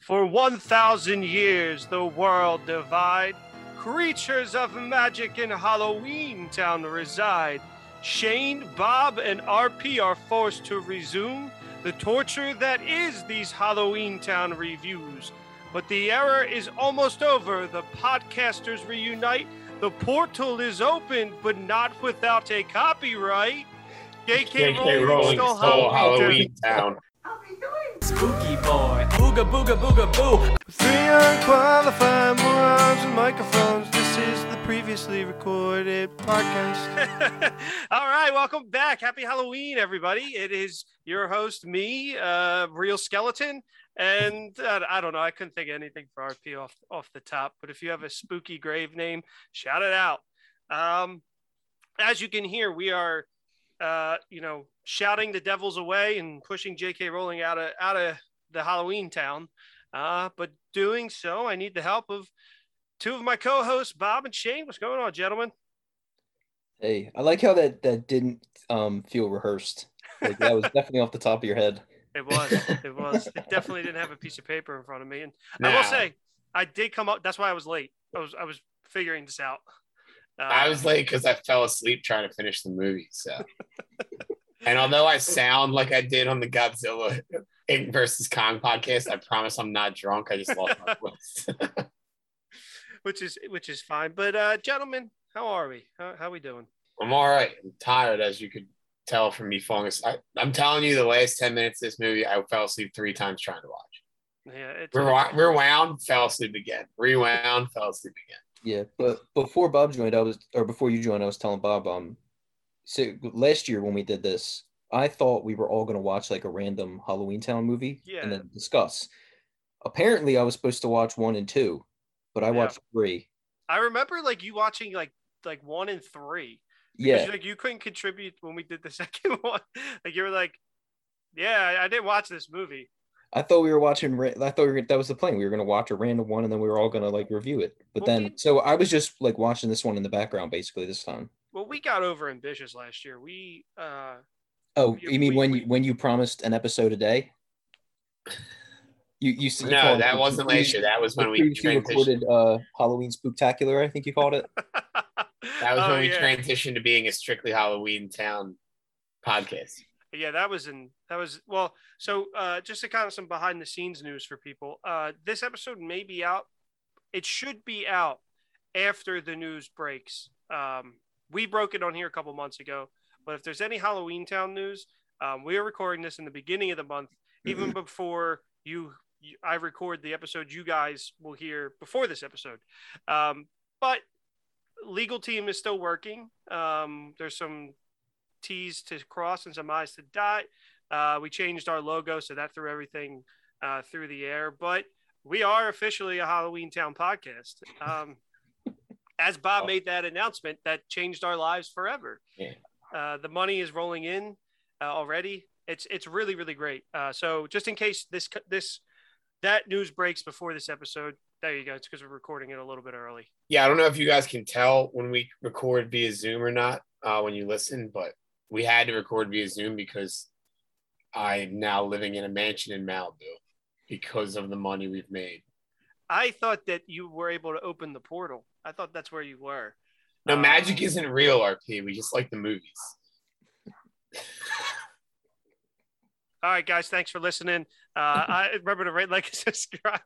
For 1,000 years, the world divide. Creatures of magic in Halloween Town reside. Shane, Bob, and RP are forced to resume the torture that is these Halloween Town reviews. But the error is almost over. The podcasters reunite. The portal is open, but not without a copyright. JK, J.K. Rowling stole Halloween Town. Spooky boy. Booga booga booga boo. Three unqualified morons and microphones. This is the previously recorded podcast. All right, welcome back. Happy Halloween, everybody. It is your host, me, uh, Real Skeleton. And uh, I don't know, I couldn't think of anything for RP off, off the top, but if you have a spooky grave name, shout it out. Um, as you can hear, we are, uh, you know, shouting the devils away and pushing JK Rowling out of, out of the Halloween town. Uh, but doing so, I need the help of two of my co-hosts, Bob and Shane. What's going on, gentlemen? Hey, I like how that that didn't um, feel rehearsed. Like that was definitely off the top of your head. It was, it was. It definitely didn't have a piece of paper in front of me. And I Nah. will say, I did come up. That's why I was late. I was, I was figuring this out. Uh, I was late because I fell asleep trying to finish the movie. So, and although I sound like I did on the Godzilla versus Kong podcast, I promise I'm not drunk. I just lost my voice. which is, which is fine. But uh, gentlemen, how are we? How, how we doing? I'm all right. I'm tired, as you could tell from me falling asleep. I, I'm telling you, the last ten minutes of this movie, I fell asleep three times trying to watch. Yeah, it's, Rewi- Rewound, fell asleep again. Rewound, fell asleep again. Yeah, but before Bob joined, I was or before you joined, I was telling Bob um, so last year when we did this, I thought we were all gonna watch like a random Halloween Town movie Yeah. and then discuss. Apparently, I was supposed to watch one and two, but I Yeah. watched three. I remember like you watching like like one and three. 'Cause Yeah, you, like you couldn't contribute when we did the second one. Like you were like, yeah, I, I didn't watch this movie. I thought we were watching. ra- I thought we were, that was the plan. We were gonna watch a random one, and then we were all gonna like review it. But Well, then, we- so I was just like watching this one in the background, basically this time. Well, we got over ambitious last year. We uh Oh, We- you mean we- when we- you when you promised an episode a day? You you s- you No, called that it- wasn't you- last year. That was the when we previously transitioned. recorded uh, Halloween Spooktacular, I think you called it. That was oh, when we yeah. transitioned to being a strictly Halloween town podcast. yeah, that was in that was well, so uh just to kind of some behind the scenes news for people. Uh this episode may be out. It should be out after the news breaks. Um we broke it on here a couple months ago, but if there's any Halloween town news, um, we are recording this in the beginning of the month, even before you, you I record the episode you guys will hear before this episode. Um, but legal team is still working. Um, there's some T's to cross and some I's to dot. Uh, we changed our logo, so that threw everything uh, through the air. But we are officially a Halloween Town podcast. Um, as Bob made that announcement, that changed our lives forever. Yeah. Uh, the money is rolling in uh, already. It's it's really really great. Uh, so just in case this co- this that news breaks before this episode, there you go. It's because we're recording it a little bit early. Yeah, I don't know if you guys can tell when we record via Zoom or not uh, when you listen, but we had to record via Zoom because I'm now living in a mansion in Malibu because of the money we've made. I thought that you were able to open the portal. I thought that's where you were. No, Um, magic isn't real, RP. We just like the movies. All right, guys. Thanks for listening. Uh, I remember to rate, like, and subscribe.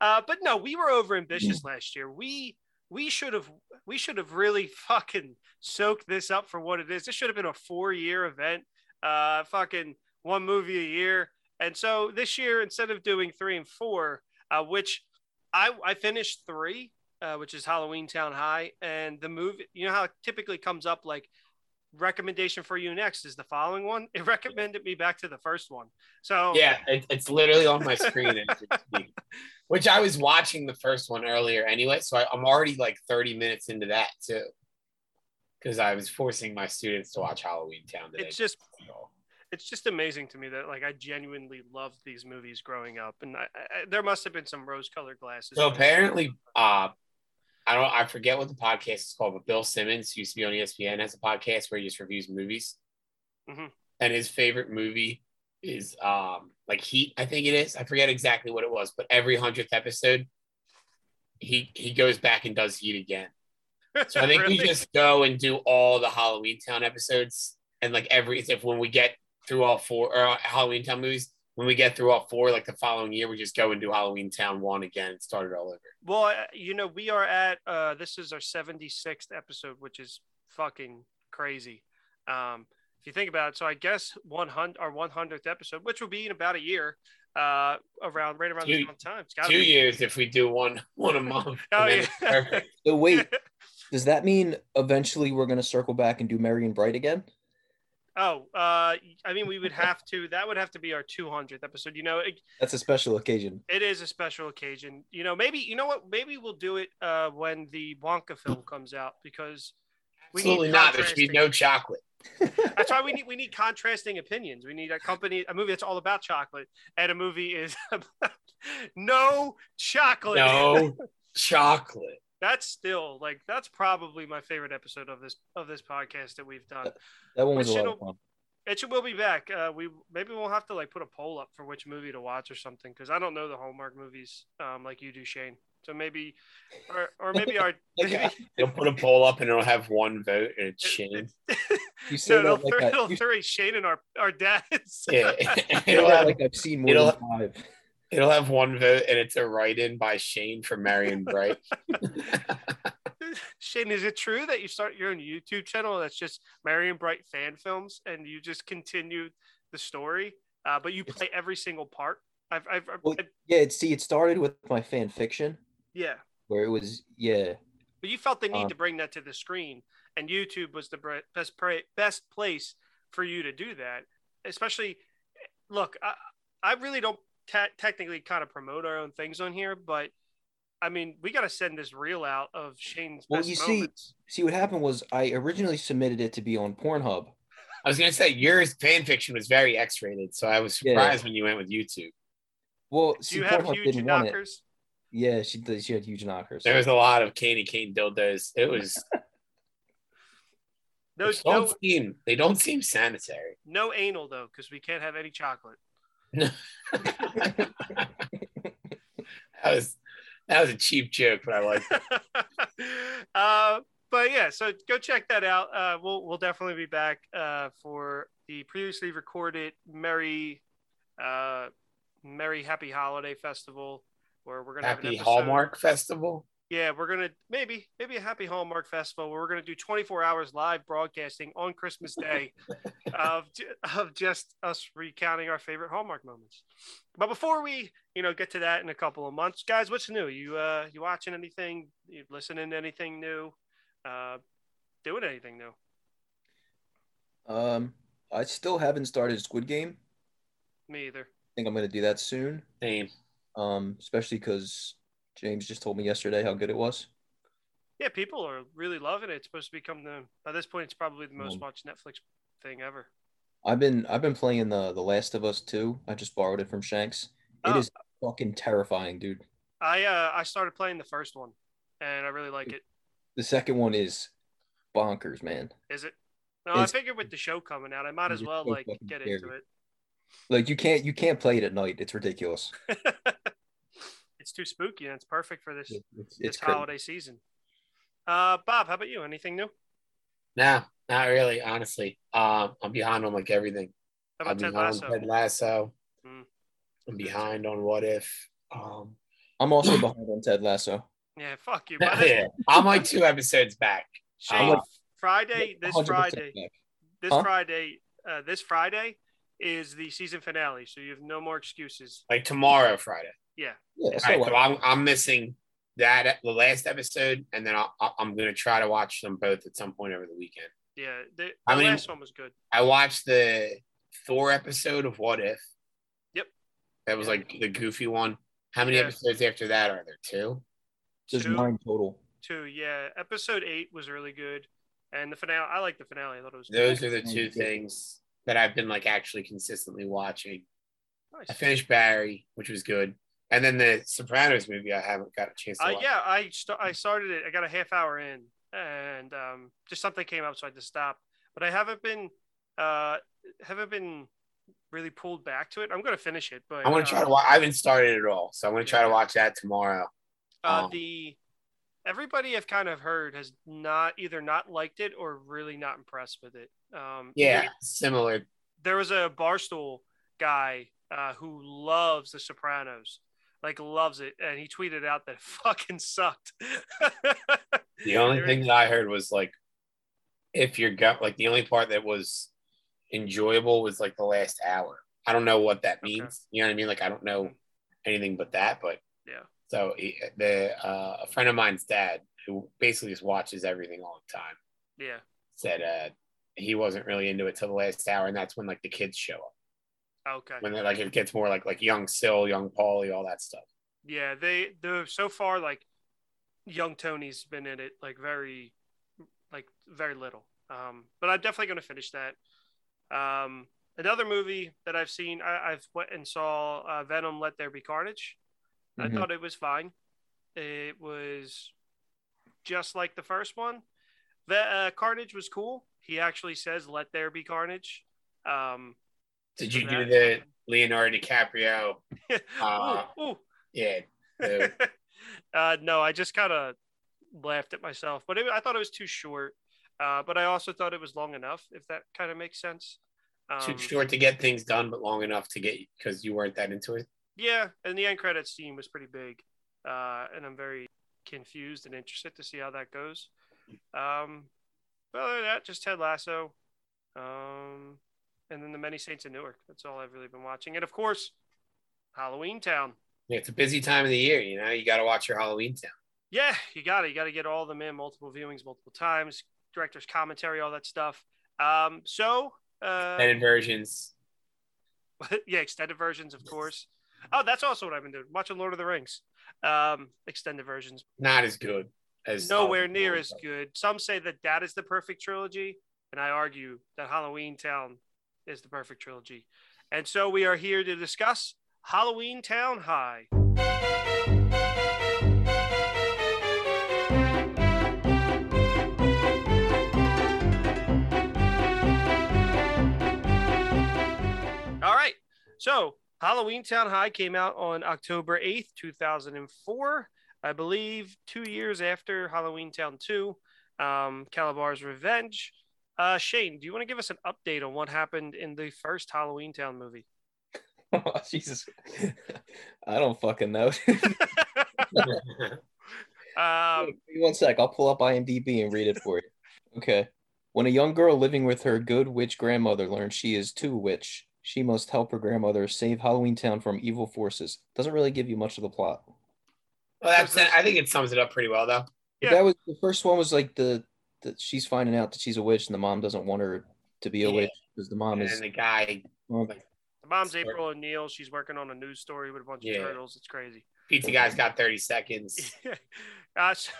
uh, but no, we were over ambitious last year. We we should have we should have really fucking soaked this up for what it is. This should have been a four year event. Uh, fucking one movie a year. And so this year, instead of doing three and four, uh, which I I finished three, uh, which is Halloween Town High, and the movie. You know how it typically comes up like recommendation for you next is the following one. It recommended me back to the first one. So Yeah, it, it's literally on my screen, as you speak. which I was watching the first one earlier anyway. So I, I'm already like 30 minutes into that too, because I was forcing my students to watch Halloween Town today. it's just it's just amazing to me that like I genuinely loved these movies growing up, and I, I, there must have been some rose-colored glasses. So apparently, uh, I don't, I forget what the podcast is called, but Bill Simmons who used to be on ESPN has a podcast where he just reviews movies, Mhm. and his favorite movie is um like he I think it is. I forget exactly what it was, but every hundredth episode, he he goes back and does Heat again. So I think we Really? just go and do all the Halloween Town episodes and like every if when we get through all four or uh, Halloween Town movies, when we get through all four, like the following year, we just go and do Halloween Town one again and start it all over. Well, uh, you know, we are at uh, this is our 76th episode, which is fucking crazy. Um, if you think about it, so I guess 100 our 100th episode, which will be in about a year, uh, around right around Two- the same time. It's gotta Two be. years if we do one one a month. Oh, and then yeah. it's perfect. So wait, does that mean eventually we're gonna circle back and do Merry and Bright again? Oh, uh, I mean, we would have to. That would have to be our 200th episode. You know, it, That's a special occasion. it is a special occasion. You know, maybe you know what? Maybe we'll do it uh, when the Wonka film comes out because We need Absolutely not. There should be contrasting. no chocolate. That's why we need we need contrasting opinions. We need a company a movie that's all about chocolate and a movie is about no chocolate. No chocolate. That's still like that's probably my favorite episode of this of this podcast that we've done. That one We was a lot should've- of fun. It should will be back. Uh, we maybe we'll have to like put a poll up for which movie to watch or something because I don't know the Hallmark movies um, like you do, Shane. So maybe or or maybe our Like, uh, maybe, I- They'll put a poll up and it'll have one vote and it's Shane. you say no, that they'll, like throw, I- they'll you throw a Shane and our our dads. Yeah. say it'll, that have, like I've seen more it'll- than five. it'll have one vote and it's a write in by Shane from Marion Bright. Shane, is it true that you start your own YouTube channel that's just Marion Bright fan films and you just continue the story, uh, but you play every single part? I've, I've, I've, Well- Yeah, it, see, it started with my fan fiction yeah, where it was yeah. but you felt the need Uh. to bring that to the screen, and YouTube was the bre- best pra- best place for you to do that. Especially, look, I, I really don't te- technically kind of promote our own things on here, but I mean, we got to send this reel out of Shane's Well, best you see- moments. See, what happened was I originally submitted it to be on Pornhub. I was going to say, yours fan fiction was very X rated. So I was Yeah. surprised when you went with YouTube. Well, Do see, you have Pornhub huge didn't want it. knockers? Yeah, she did. She had huge knockers. There was a lot of candy cane dildos. It was, No, they don't no, seem, they don't seem sanitary. no anal though, because we can't have any chocolate. That was, that was a cheap joke, but I like uh, but yeah, so go check that out. Uh, we'll we'll definitely be back uh, for the previously recorded Merry uh, Merry Happy Holiday Festival, where we're gonna have Happy an episode. Hallmark Festival. Yeah, we're gonna maybe maybe a happy Hallmark festival where we're gonna do 24 hours live broadcasting on Christmas Day of ju- of just us recounting our favorite Hallmark moments. But before we you know get to that in a couple of months, guys, what's new? You uh you watching anything? You listening to anything new? Uh, doing anything new? Um, I still haven't started Squid Game. I Me either. think I'm gonna do that soon. Same. Um, especially because James just told me yesterday how good it was. Yeah, people are really loving it. It's supposed to become the by this point it's probably the most Mm. watched Netflix thing ever. I've been I've been playing the The Last of Us 2. I just borrowed it from Shanks. It Oh. is fucking terrifying, dude. I uh I started playing the first one, and I really like it. The second one is bonkers, man. Is it? No, I It's- figured with the show coming out, I might as It's well so like fucking get scary. into it. Like you can't you can't play it at night. It's ridiculous. It's too spooky, and it's perfect for this It's it's, this it's crazy. holiday season. Uh, Bob, how about you? Anything new? No, not really, honestly. Um, I'm behind on like everything. How I'm about Ted behind Lasso? Ted Lasso. Mm. I'm behind on What If. Um, I'm also behind on Ted Lasso. Yeah, fuck you. By this- yeah, I'm like two episodes back. Shane, like- Friday, this 100% Friday, back. this Huh? Friday, uh, this Friday is the season finale, so you have no more excuses. Like tomorrow, Friday. Yeah, Yeah, so All right, what? so I'm I'm missing that e- the last episode, and then I'll, I'll- I'm gonna try to watch them both at some point over the weekend. yeah. The, I the mean- last one was good. I watched the Thor episode of What If. Yep. That was like the goofy one. How many Yeah. episodes after that are there? Two. there's Two- nine total. two, yeah. Episode eight was really good, and the finale. I like the finale. I thought it was Those are the two Yeah. things that I've been like actually consistently watching. I nice. finished Barry, which was good, and then the Sopranos movie. I haven't got a chance to Uh, watch. yeah, I st- I started it. I got a half hour in, and um, just something came up, so I had to stop. But I haven't been uh, haven't been really pulled back to it. I'm gonna finish it, but I want to try to watch. I haven't started it all, so I'm gonna try to watch that tomorrow. uh, um, the everybody I've kind of heard has not either not liked it or really not impressed with it. Um, Yeah, similar. there was a barstool guy uh, who loves The Sopranos, like loves it, and he tweeted out that it fucking sucked. The only There- thing that I heard was like, if your gut, like the only part that was enjoyable was like the last hour. I don't know what that Okay. means. You know what I mean? Like I don't know anything but that. But Yeah. So he, the uh, a friend of mine's dad, who basically just watches everything all the time, yeah. said uh, he wasn't really into it till the last hour, and that's when like the kids show up. Okay. When they're, like it gets more like like young Syl, young Paulie, all that stuff. Yeah, they the so far like young Tony's been in it like very like very little. Um, but I'm definitely gonna finish that. Um, another movie that I've seen, I, I've went and saw uh, Venom: Let There Be Carnage. I Mhm. thought it was fine. It was just like the first one. The uh, Carnage was cool. He actually says "Let there be carnage." Um, Did so you do that- the Leonardo DiCaprio? uh, ooh, ooh. Yeah, the- uh, no, I just kind of laughed at myself, but it, I thought it was too short. Uh, but I also thought it was long enough, if that kind of makes sense. Um, too short to get things done, but long enough to get because you weren't that into it. Yeah, and the end credits scene was pretty big, uh, and I'm very confused and interested to see how that goes. Um, but other than that, just Ted Lasso, um, and then The Many Saints of Newark. That's all I've really been watching, and of course, Halloween Town. Yeah, It's a busy time of the year, you know. You got to watch your Halloween town. Yeah, you got it. You got to get all of them in multiple viewings, multiple times, director's commentary, all that stuff. Um, so, uh, Extended versions. yeah, extended versions, of course. Oh, that's also what I've been doing watching Lord of the Rings. Um, extended versions, Not as good as nowhere Halloween near Town, as but good. Some say that that is the perfect trilogy, and I argue that Halloween Town is the perfect trilogy. And so we are here to discuss Halloween Town High. All right. So Halloween Town High came out on October 8th, 2004. I believe two years after Halloween Town 2, um, Calabar's Revenge. Uh, Shane, do you want to give us an update on what happened in the first Halloween Town movie? Jesus, I don't fucking know. Um, One sec, I'll pull up IMDb and read it for you. Okay. When a young girl living with her good witch grandmother learns she is too witch, she must help her grandmother save Halloween Town from evil forces. Doesn't really give you much of the plot. Well, that's. I think it sums it up pretty well, though. Yeah. That was the first one was like the that she's finding out that she's a witch and the mom doesn't want her to be a Yeah. witch because the mom And Um, is then the guy the mom's Sorry. April O'Neil. She's working on a news story with a bunch Yeah. of turtles. It's crazy. pizza guy's got thirty seconds. uh, so,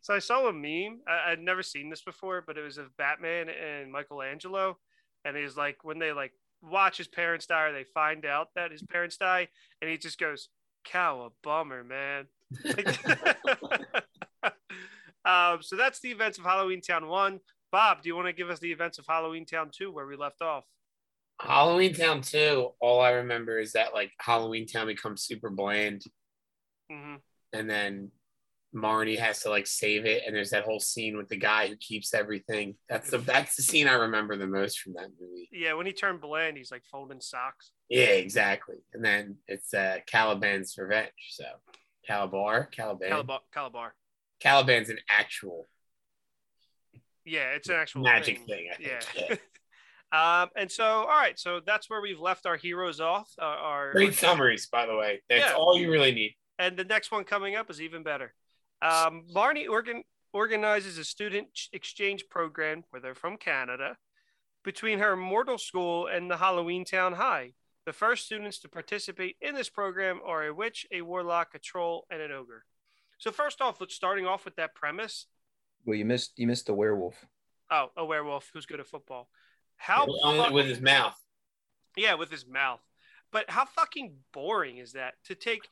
so I saw a meme. I, I'd never seen this before, but it was of Batman and Michelangelo, and he's like, when they like watch his parents die, or they find out that his parents die, and he just goes, "Cow, a bummer, man." Like- um, so that's the events of Halloween Town One. Bob, do you want to give us the events of Halloween Town Two, where we left off? Halloween Town Two. All I remember is that like Halloween Town becomes super bland, hmm and then Marnie has to like save it. And there's that whole scene with the guy who keeps everything. That's the that's the scene I remember the most from that movie. Yeah, when he turned bland, he's like folding socks. Yeah, exactly. And then it's uh, Caliban's revenge. So Calabar, Caliban, Calabar, Calabar. Caliban's an actual Yeah, it's an actual magic thing. thing. I think. Yeah. Um, and so, all right, so that's where we've left our heroes off. Uh, our Great summaries, by the way. That's Yeah. all you really need. and the next one coming up is even better. Um, Marnie organ- organizes a student ch- exchange program where they're from Canada between her mortal school and the Halloween Town High. The first students to participate in this program are a witch, a warlock, a troll, and an ogre. So first off, let's starting off with that premise. well you missed you missed the werewolf. Oh, a werewolf who's good at football. How Only fuck- with his mouth. Yeah, with his mouth. But how fucking boring is that to take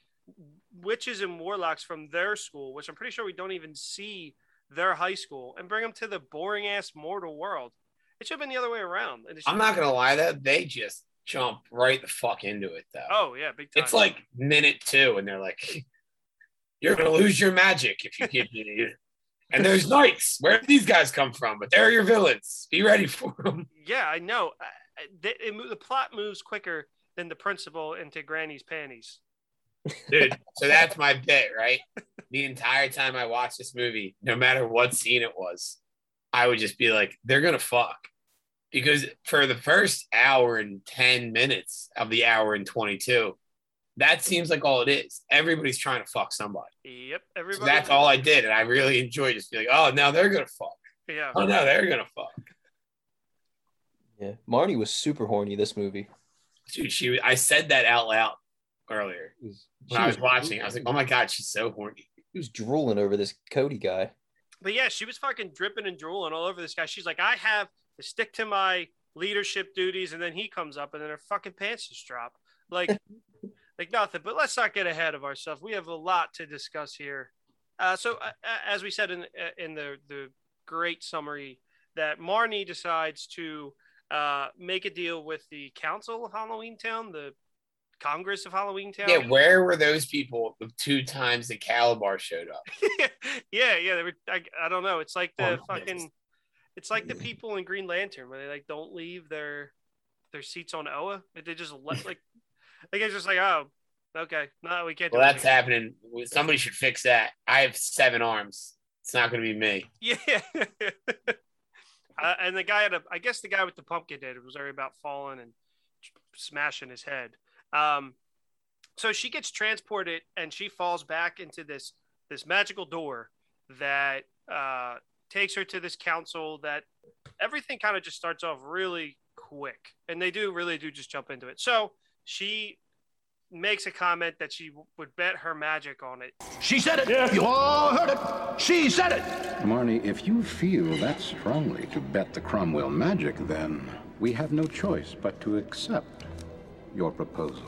witches and warlocks from their school, which I'm pretty sure we don't even see their high school, and bring them to the boring ass mortal world? It should have been the other way around. and it I'm should've not been- gonna lie, that they just jump right the fuck into it though. Oh yeah, big time. it's like minute two, and they're like, "You're gonna lose your magic if you get here." and there's knights. Where did these guys come from? But they're your villains. Be ready for them. yeah, I know. I, I- the, it, mo- the plot moves quicker than the principal into Granny's panties. dude. So that's my bit, right? The entire time I watched this movie, no matter what scene it was, I would just be like, they're gonna fuck. Because for the first hour and 10 minutes of the hour and 22, that seems like all it is. Everybody's trying to fuck somebody. Yep, So everybody. that's all I did. And I really enjoyed just being like, oh, now they're gonna fuck. Yeah, Oh, no, they're gonna fuck. Yeah, Marty was super horny this movie. Dude, she, I said that out loud earlier She when I was watching. I was like, oh my God, she's so horny. she was drooling over this Cody guy. but yeah, she was fucking dripping and drooling all over this guy. She's like, I have to stick to my leadership duties, and then he comes up, and then her fucking pants just drop, like, like nothing. But let's not get ahead of ourselves. We have a lot to discuss here. Uh, so, uh, uh, as we said in uh, in the the great summary, that Marnie decides to uh, make a deal with the Council of Halloween Town, the Congress of Halloween Town. Yeah, where were those people the two times the Calabar showed up? yeah, yeah. They were, I, I don't know. It's like the Oh, nice. fucking. It's like the people in Green Lantern where they like don't leave their their seats on Oa. Like, They just let like like it's just like oh okay no we can't. Well, do that's anything. happening. Somebody should fix that. I have seven arms. It's not going to be me. Yeah. uh, and the guy had a I guess the guy with the pumpkin head was already about falling and smashing his head. Um, so she gets transported and she falls back into this this magical door that uh, takes her to this council that everything kind of just starts off really quick and they do really do just jump into it so she makes a comment that she w- would bet her magic on it She said it. You all heard it. She said it. Marnie, if you feel that strongly to bet the Cromwell magic, then we have no choice but to accept your proposal.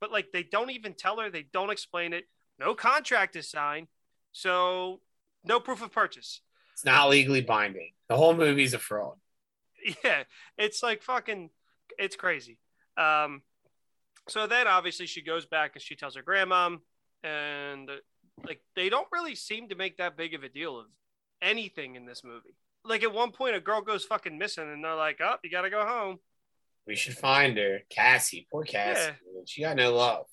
but like they don't even tell her they don't explain it no contract is signed so no proof of purchase It's not legally binding. The whole movie's a fraud. yeah it's like fucking it's crazy um so then obviously she goes back and she tells her grandmom and like they don't really seem to make that big of a deal of anything in this movie like at one point a girl goes fucking missing and they're like oh you gotta go home We should find her. Cassie, poor Cassie. She got no love.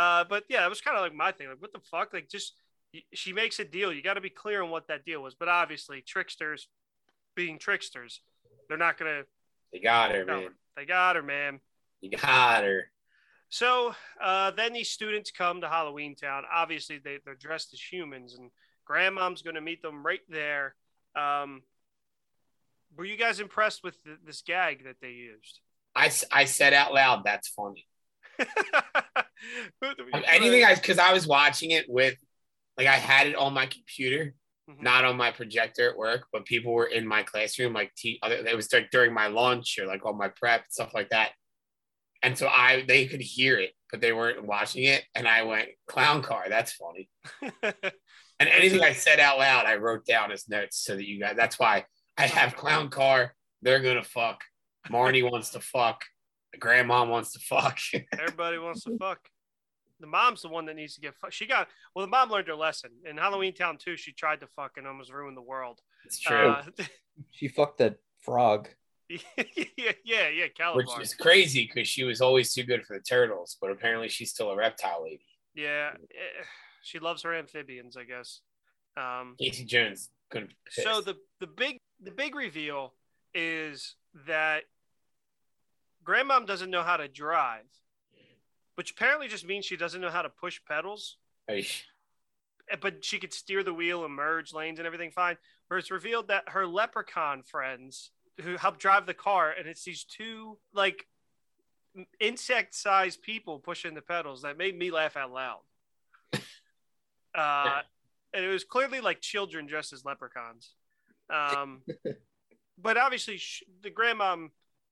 Uh, but yeah, it was kind of like my thing. Like, what the fuck? Like, just y- she makes a deal. You got to be clear on what that deal was. But obviously, tricksters being tricksters, they're not gonna. They got her, tell man. her. They got her, man. You got her. So uh, then these students come to Halloween Town. Obviously, they, they're dressed as humans, and Grandmom's going to meet them right there. Um, were you guys impressed with th- this gag that they used? I, s- I said out loud, that's funny. Anything I, because I was watching it with, like, I had it on my computer, Mhm. not on my projector at work, but people were in my classroom, like, te- other, it was like during my lunch or like on my prep, stuff like that. And so I they could hear it, but they weren't watching it. And I went, clown car, that's funny. Mm-hmm. And anything I said out loud, I wrote down as notes so that you guys that's why I have clown car, they're gonna fuck. Marnie wants to fuck, grandma wants to fuck. Everybody wants to fuck. The mom's the one that needs to get fucked. She got well. The mom learned her lesson in Halloween Town too. She tried to fuck and almost ruined the world. it's true. Uh, She fucked that frog. yeah, yeah, yeah. which Calabar. is crazy because she was always too good for the turtles, but apparently she's still a reptile lady. Yeah, eh, she loves her amphibians, I guess. Um, Casey Jones couldn't be pissed. so the the big the big reveal is that grandmom doesn't know how to drive, which apparently just means she doesn't know how to push pedals. eh, Hey, but she could steer the wheel and merge lanes and everything fine. Where it's revealed that her leprechaun friends who help drive the car, and it's these two like insect sized people pushing the pedals that made me laugh out loud. Uh, and it was clearly like children dressed as leprechauns. Um, but obviously, sh- the grandmom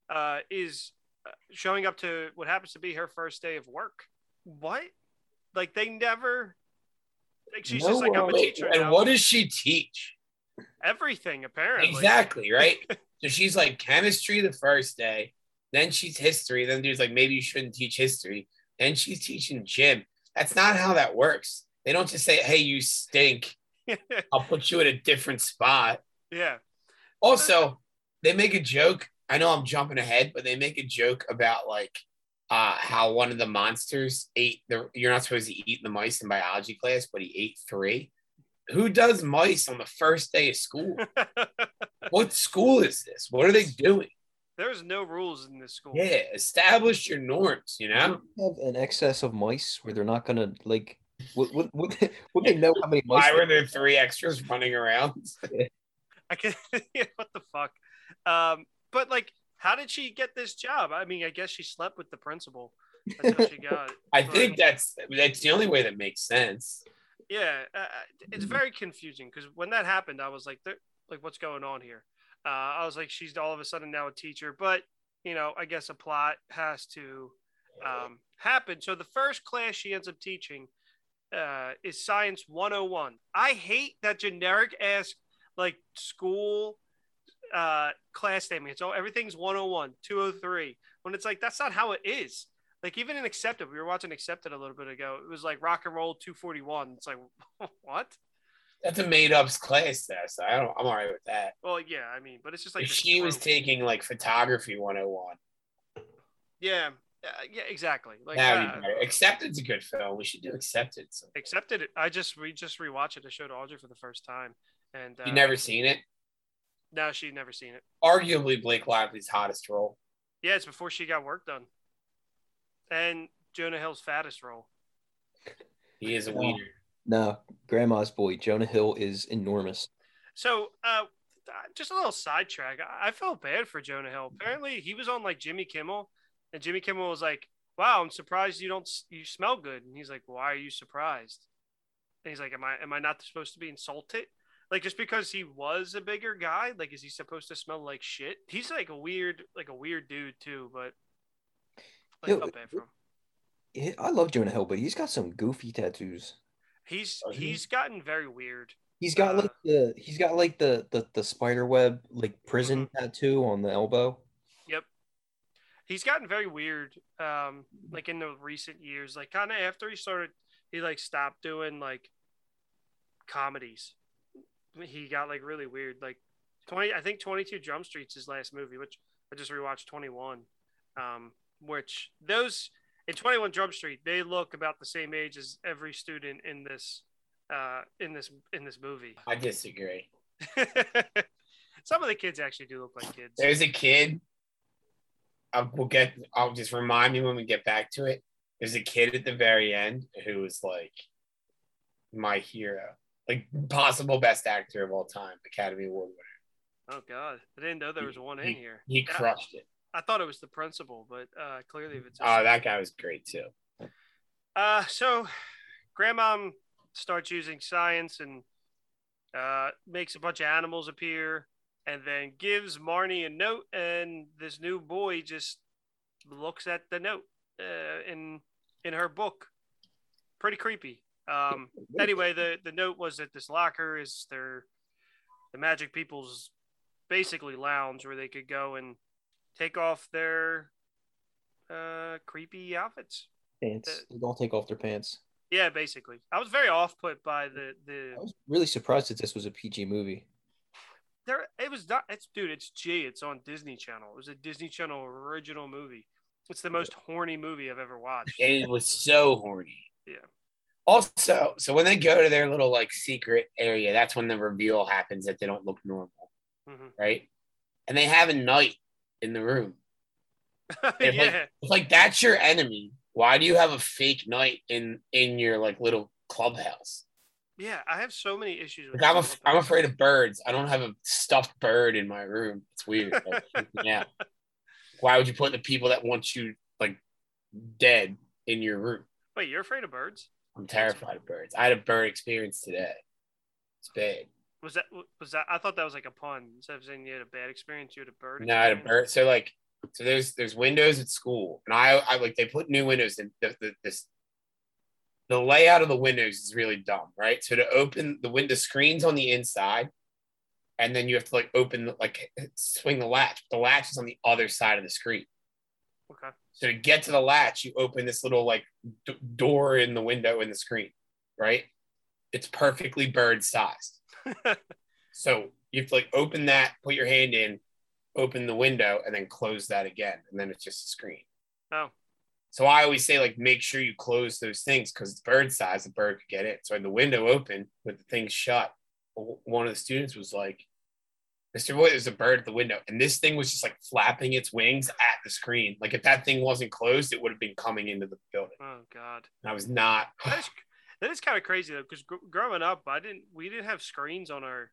uh, is uh, showing up to what happens to be her first day of work. What? Like they never. Like she's just like I'm a wait, teacher. And now." what does she teach? everything apparently. Exactly, right? so she's like chemistry the first day, then she's history, then dude's like, maybe you shouldn't teach history. Then she's teaching gym. That's not how that works. They don't just say, hey, you stink. I'll put you in a different spot. yeah. Also, they make a joke. I know I'm jumping ahead, but they make a joke about like uh, how one of the monsters ate the. You're not supposed to eat the mice in biology class, but he ate three. Who does mice on the first day of school? what school is this? What are they doing? There's no rules in this school. Yeah, establish your norms. You know, Have an excess of mice where they're not gonna like. Would, would, would, they, would they know how many mice? why were there three extras running around? I can yeah, what the fuck? Um, but like, how did she get this job? I mean, I guess she slept with the principal. That's how she got. it. I think that's that's the only way that makes sense. Yeah, uh, it's very confusing because when that happened, I was like, "There- like, what's going on here? Uh, I was like, she's all of a sudden now a teacher, but you know, I guess a plot has to um, happen. So the first class she ends up teaching uh, is Science 101. I hate that generic ass like school uh, class name. It's all everything's 101, 203. When it's like that's not how it is. Like even in Accepted, we were watching Accepted a little bit ago. It was like rock and roll 241. It's like what? That's a made up class, though, so I don't. I'm all right with that. Well, yeah, I mean, but it's just like if the she was trope. taking like photography 101 yeah, uh, yeah, exactly. Like that would be uh, better. accepted's a good film we should do accepted so. Accepted. I just we just rewatched it. I showed Audrey for the first time, and uh, you never seen it No, she never seen it. arguably blake lively's hottest role Yeah, it's before she got work done, and Jonah Hill's fattest role. he is a Oh. wiener No, Grandma's boy Jonah Hill is enormous. So, uh, just a little sidetrack. I I felt bad for Jonah Hill. Apparently, he was on like Jimmy Kimmel, and Jimmy Kimmel was like, "Wow, I'm surprised you don't s- you smell good." And he's like, "Why are you surprised?" And he's like, "Am I am I not supposed to be insulted? Like just because he was a bigger guy, like is he supposed to smell like shit?" He's like a weird like a weird dude too, but like, Yo, I felt bad for him. Yeah, I love Jonah Hill, but he's got some goofy tattoos. He's Oh, he- he's gotten very weird. He's got Uh, like the he's got like the the, the spider web like prison tattoo on the elbow. he's gotten very weird um like in the recent years like kind of after he started he like stopped doing like comedies he got like really weird like 20 i think 22 jump streets his last movie which i just rewatched 21 um which those in 21 jump street they look about the same age as every student in this uh in this in this movie i disagree some of the kids actually do look like kids there's a kid I, we'll get i'll just remind me when we get back to it there's a kid at the very end who was like my hero like possible best actor of all time academy award winner oh god i didn't know there was one in here he Yeah. crushed it I thought it was the principal, but uh, clearly it's. oh that guy was great too Uh, so, grandmom starts using science and uh, makes a bunch of animals appear, and then gives Marnie a note, and this new boy just looks at the note uh, in in her book. Pretty creepy. Um, anyway, the the note was that this locker is their the magic people's basically lounge where they could go and take off their uh, creepy outfits. Pants. They don't take off their pants. Yeah, basically. I was very off put by the I Oh. the was really surprised that this was a PG movie. there it was not it's dude, it's G, it's on Disney Channel. It was a Disney Channel original movie. It's the most horny movie I've ever watched. It was so horny. Yeah. Also, so when they go to their little like secret area, that's when the reveal happens that they don't look normal, Mhm. right? And they have a night in the room. If, like, yeah. It's like that's your enemy. Why do you have a fake night in in your like little clubhouse? Yeah, I have so many issues with Like I'm this. af- I'm afraid of birds. I don't have a stuffed bird in my room. It's weird. yeah. Why would you put the people that want you like dead in your room? Wait, you're afraid of birds? I'm terrified of birds. I had a bird experience today. It's bad. Was that was that I thought that was like a pun. Instead of saying you had a bad experience, you had a bird. No, I had a experience? bird. So like, so there's there's windows at school, and I I like they put new windows in. The, the, this the layout of the windows is really dumb, right? So to open the window, the screens on the inside and then you have to like open the, like swing the latch. The latch is on the other side of the screen. Okay. So to get to the latch, you open this little like d- door in the window in the screen, right? It's perfectly bird sized. so you have to like open that, put your hand in, open the window, and then close that again, and then it's just a screen. Oh. So I always say like make sure you close those things because it's bird size, the bird could get in. So I had the window open with the thing shut. W- One of the students was like, Mr. Boy, there's a bird at the window. And this thing was just like flapping its wings at the screen. Like if that thing wasn't closed, it would have been coming into the building. Oh God. And I was not That is, that is kind of crazy though, because gr- growing up, I didn't. We didn't have screens on our,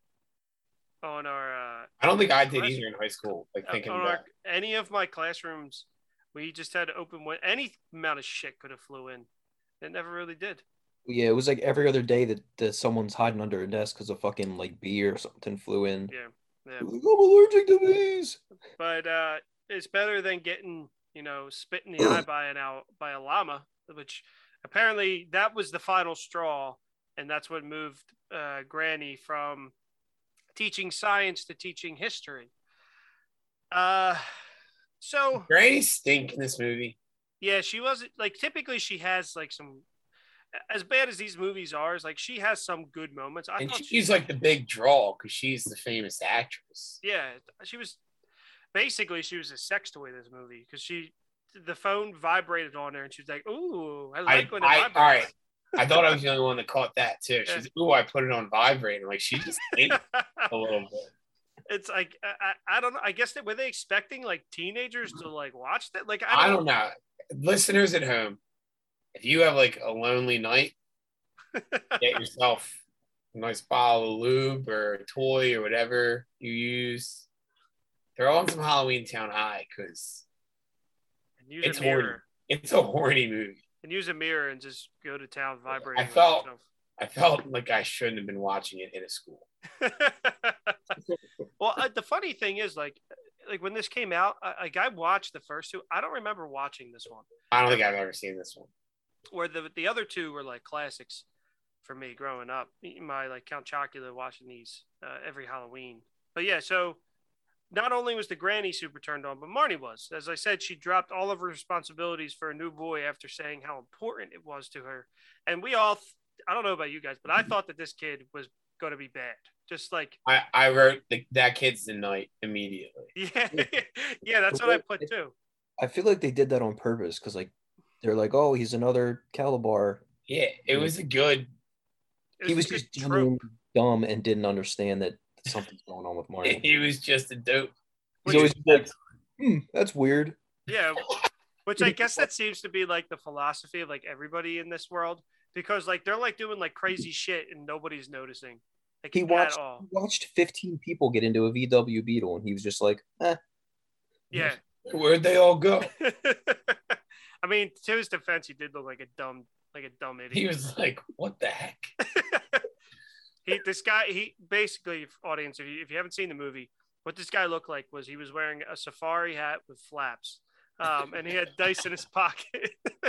on our, uh, I don't think I did either in high school. Like on thinking our about any of my classrooms. We just had open win- any amount of shit could have flew in. It never really did. Yeah, it was like every other day that, that someone's hiding under a desk because a fucking like bee or something flew in. Yeah. Yeah. I'm allergic to bees. but uh, it's better than getting you know spit in the eye by an owl, by a llama, which apparently that was the final straw, and that's what moved uh, Granny from teaching science to teaching history. Uh, so Granny stink in this movie. yeah, she wasn't like typically she has like some as bad as these movies are, is like she has some good moments. I And thought she's like the big draw because she's the famous actress. yeah she was basically she was a sex toy in this movie because she the phone vibrated on her and she was like ooh i like when it I- vibrates all right. I thought I was the only one that caught that too. Yeah. She's ooh, I put it on vibrate. I'm like she just ate it a little bit. it's like I, I I don't know i guess that were they expecting like teenagers to like watch that like I don't know. Listeners at home, if you have like a lonely night, get yourself a nice bottle of lube or a toy or whatever you use. Throw on some Halloween Town High because and use It's a horny. mirror it's a horny movie. and use a mirror and just go to town vibrating with felt- yourself. I felt like I shouldn't have been watching it in a school. well, uh, the funny thing is, like, like when this came out, I, like I watched the first two. I don't remember watching this one. I don't think I've ever seen this one. Where the the other two were like classics for me growing up. My like Count Chocula watching these uh, every Halloween. But yeah, so not only was the granny super turned on, but Marnie was. As I said, she dropped all of her responsibilities for a new boy after saying how important it was to her. And we all, th- I don't know about you guys, but I thought that this kid was going to be bad. Just like I, I wrote the, that kid's the night immediately. Yeah, yeah, that's what I put too. I feel like they did that on purpose because like they're like, oh, he's another Calabar. Yeah, it was a good. It He was a good just trope. genuinely dumb and didn't understand that something's going on with Martin. It was just a dope. Which- He's always like, hmm, that's weird. yeah, which I guess that seems to be like the philosophy of like everybody in this world because like they're like doing like crazy shit and nobody's noticing. Like He watched at all. he watched 15 people get into a VW Beetle and he was just like, eh. Yeah. Where'd they all go? I mean, to his defense, he did look like a dumb, like a dumb He idiot. was like, "What the heck?" He, this guy, he basically, audience, if you, if you haven't seen the movie, what this guy looked like was he was wearing a safari hat with flaps, um, and he had dice in his pocket.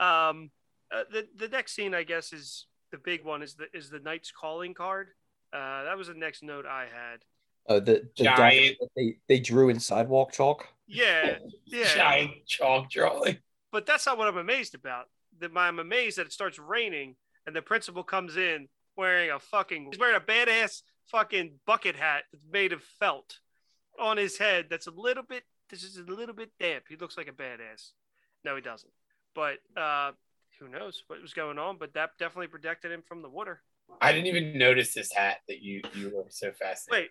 um, uh, the the next scene, I guess, is the big one is the is the knight's calling card. Uh, that was the next note I had. Uh, the, the Giant. document that they, they drew in sidewalk chalk. Yeah, yeah. Giant chalk drawing. but that's not what I'm amazed about. That my- I'm amazed that it starts raining and the principal comes in wearing a fucking he's wearing a badass fucking bucket hat that's made of felt on his head. That's a little bit this is a little bit damp. He looks like a badass. No, he doesn't. But uh, who knows what was going on? But that definitely protected him from the water. I didn't even notice this hat that you you were so fascinated.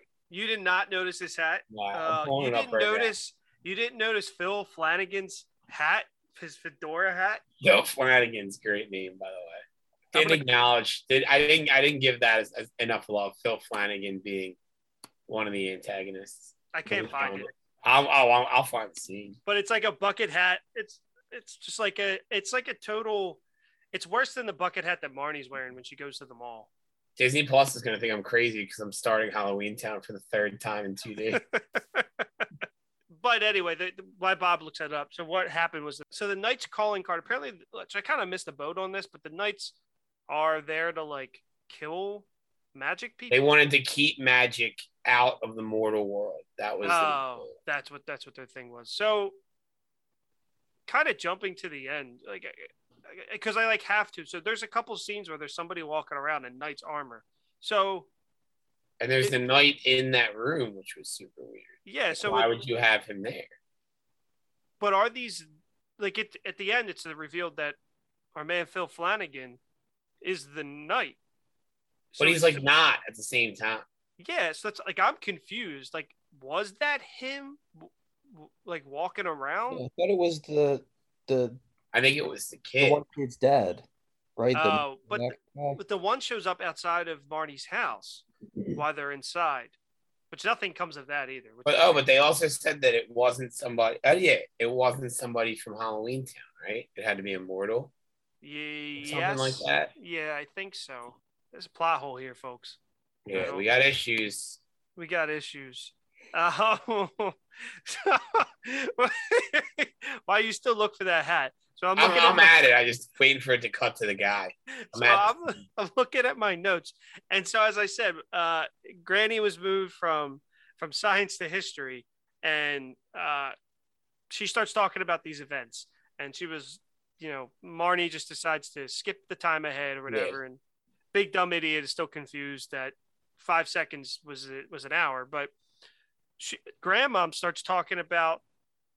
Wait, you did not notice his hat? Wow, Uh, I'm pulling you it up didn't right notice you didn't notice Phil Flanagan's hat, his fedora hat. now. Bill Flanagan's great name, by the way. I'm Didn't gonna- acknowledge. Did I didn't I didn't give that as, as enough love. Phil Flanagan being one of the antagonists. I can't find it. I'll I'll, I'll, I'll find the scene. but it's like a bucket hat. It's it's just like a it's like a total. It's worse than the bucket hat that Marnie's wearing when she goes to the mall. Disney Plus is gonna think I'm crazy because I'm starting Halloween Town for the third time in two days. But anyway, the, the- why Bob looks that up. So what happened was so the Knights calling card. Apparently, which I kind of missed the boat on this, but the Knights are there to like kill Magic people. They wanted to keep magic out of the mortal world. That was the- Oh, that's what that's what their thing was. So, kind of jumping to the end, like because I like have to. So there's a couple scenes where there's somebody walking around in knight's armor. So and there's the knight in that room, which was super weird. yeah, so Why it- would you have him there? but are these like it, at the end? It's revealed that our man Phil Flanagan is the knight. So But he's it's- like not at the same time. yeah. So that's like I'm confused. Like, was that him? w- w- Like walking I around? thought it was the the, I think it was the the kid. one kid's dad, right? The- Oh, but that guy. But the one shows up outside of Marty's house while they're inside, which nothing comes of that either. which Mm-hmm. But is oh, weird. but they also said that it wasn't somebody. Oh yeah, it wasn't somebody from Halloween Town, right? It had to be immortal. Ye- something like yes. that. Yeah, I think so. There's a plot hole here, folks. Oh. Yeah, we got issues. We got issues. Uh, why you still look for that hat? So I'm I'm, looking I'm at my- at it. I just waiting for it to cut to the guy. I'm so at I'm, I'm looking at my notes, and so as I said, uh, Granny was moved from from science to history, and uh, she starts talking about these events, and she was, you know, Marnie just decides to skip the time ahead or whatever, and big dumb idiot is still confused that five seconds was was an hour, but she, Grandmom starts talking about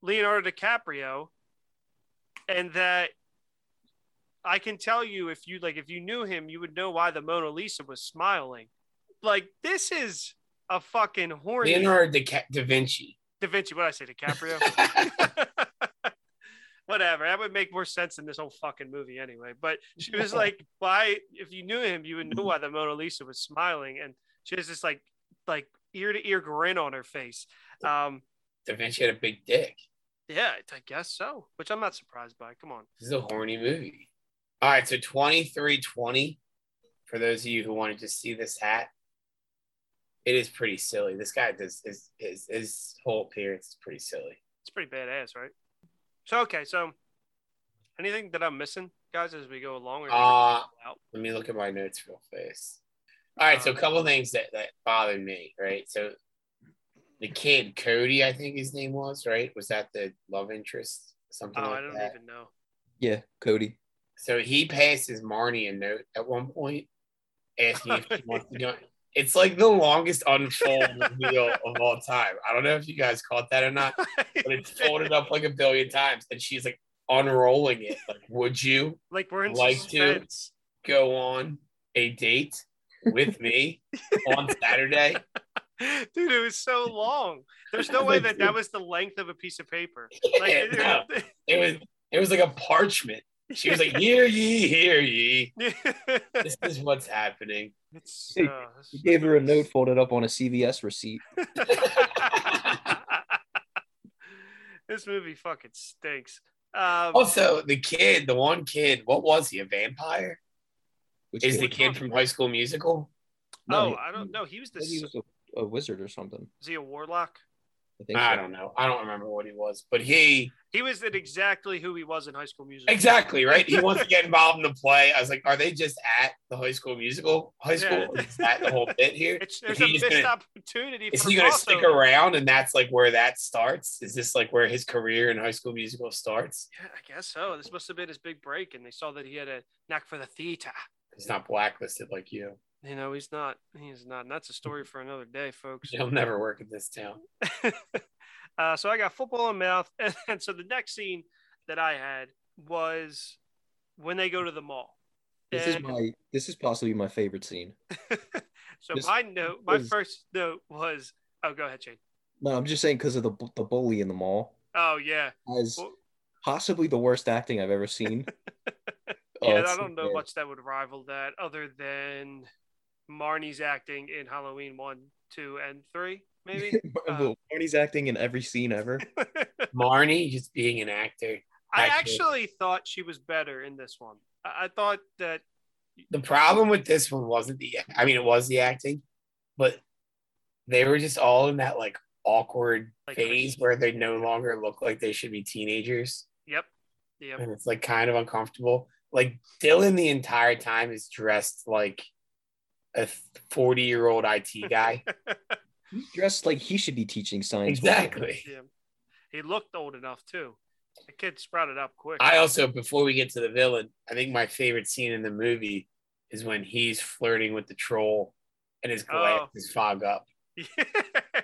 Leonardo DiCaprio, and that I can tell you if you like if you knew him, you would know why the Mona Lisa was smiling. Like this is a fucking horny Leonardo Dica- da Vinci. Da Vinci. What I say, DiCaprio. Whatever. That would make more sense in this whole fucking movie anyway. But she was like, "Why? If you knew him, you would know why the Mona Lisa was smiling." And she has this like, like ear to ear grin on her face. Um, da Vinci had a big dick. yeah, I guess so. Which I'm not surprised by. Come on. This is a horny movie. All right, so 2320, for those of you who wanted to see this hat, it is pretty silly. This guy does his his, his whole appearance is pretty silly. It's pretty badass, right? So okay, so anything that I'm missing, guys, as we go along? Or Uh, out? Let me look at my notes real fast. All right, so Um, a couple things that, that bothered me, right? So the kid, Cody, I think his name was, right? Was that the love interest? Something Oh, like I don't that. even know. yeah, Cody. So he passes Marnie a note at one point asking if she wants to go. It's like the longest unfolded wheel of all time. I don't know if you guys caught that or not, but it's folded up like a billion times. And she's like unrolling it. Like, would you like we're in like to- suspense. go on a date with me on Saturday? Dude, it was so long. There's no way that that was the length of a piece of paper. Like, Yeah, no. It was it was like a parchment. She was like, Hear ye, hear ye. This is what's happening. it's, He- uh, He gave her a note folded up on a CVS receipt. this movie fucking stinks. Um, Also, the kid, the one kid, what was he? A vampire? Which Is the kid from High School Musical? oh, he- I don't know. He was the I think He was a, a wizard or something. is he a warlock? I think. I so. don't know. I don't remember what he was, but he He was in exactly who he was in High School Musical. exactly right. He wants to get involved in the play. I was like, are they just at the High School Musical? High school Yeah. is that the whole bit here? It's, Is there's he a just missed gonna- opportunity. Is for he going to crossover. stick around and that's like where that starts? Is this like where his career in High School Musical starts? Yeah, I guess so. This must have been his big break, and they saw that he had a knack for the theater. He's not blacklisted like you. You know, he's not. He's not. And that's a story for another day, folks. He'll never work in this town. uh, so I got football in mouth, and, so the next scene that I had was when they go to the mall. This is And my. This is possibly my favorite scene. so this my note, my is- first note was, oh, go ahead, Shane. No, I'm just saying because of the bu- the bully in the mall Oh yeah, has Well- possibly the worst acting I've ever seen. Oh, yeah. it's I so don't know bad. much that would rival that, other than Marnie's acting in Halloween one, two, and three, maybe. Uh, Well, Marnie's acting in every scene ever. Marnie just being an actor. I Actually- actually thought she was better in this one. I, I thought that the problem with this one wasn't the I mean it was the acting, but they were just all in that like awkward Like- phase where they no longer look like they should be teenagers Yep. Yep. and it's like kind of uncomfortable. Like Dylan the entire time is dressed like a 40 year old IT guy. He's dressed like he should be teaching science. one day. exactly. Yeah. He looked old enough too. The kid sprouted up quick. I also, before we get to the villain, I think my favorite scene in the movie is when he's flirting with the troll and his Oh. glasses fog up. and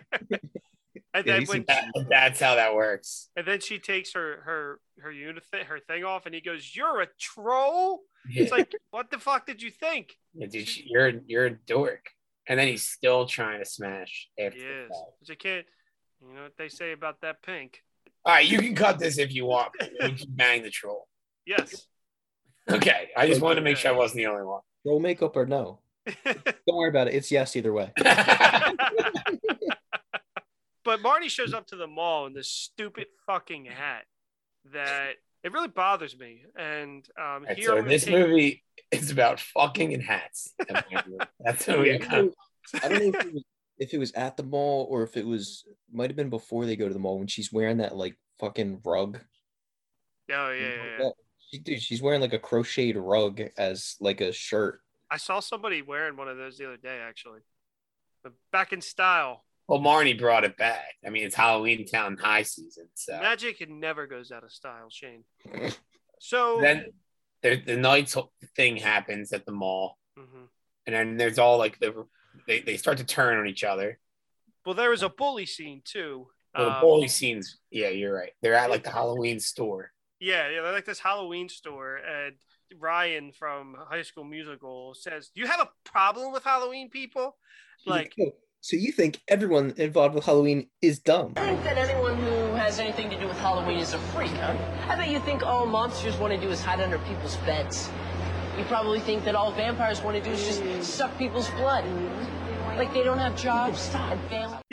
Yeah, then he's when a- That- that's how that works. and then she takes her her her unit her thing off, and he goes, "You're a troll." It's like, what the fuck did you think? Yeah, dude, she- you're you're a dork. And then he's still trying to smash after the Yes, fact. but you can't. You know what they say about that pink? All right, you can cut this if you want. but You can bang the troll. Yes. Okay, I just wanted to make sure I wasn't the only one. Troll makeup or no? Don't worry about it. It's yes either way. but Marty shows up to the mall in this stupid fucking hat that it really bothers me. And um, All right, here so I'm gonna this take- movie is about fucking and hats. That's Oh, what we I got. don't know- I don't know if it, was, if it was at the mall or if it was might have been before they go to the mall when she's wearing that like fucking rug. Oh yeah, yeah, yeah. She, dude, she's wearing like a crocheted rug as like a shirt. I saw somebody wearing one of those the other day actually. But back in style. Well, Marnie brought it back. I mean, it's Halloween Town high season, so Magic it never goes out of style, Shane. So then the, the night thing happens at the mall, Mhm. and then there's all like the they, they start to turn on each other. well, there was a bully scene too. Well, the Um, bully scenes, yeah, you're right. They're at like the Halloween store. Yeah, yeah, they're like this Halloween store, and Ryan from High School Musical says, "Do you have a problem with Halloween people?" Like, "Oh, so you think everyone involved with Halloween is dumb? You think that anyone who has anything to do with Halloween is a freak, huh? I bet you think all monsters want to do is hide under people's beds. You probably think that all vampires want to do is just suck people's blood. Like they don't have jobs and families.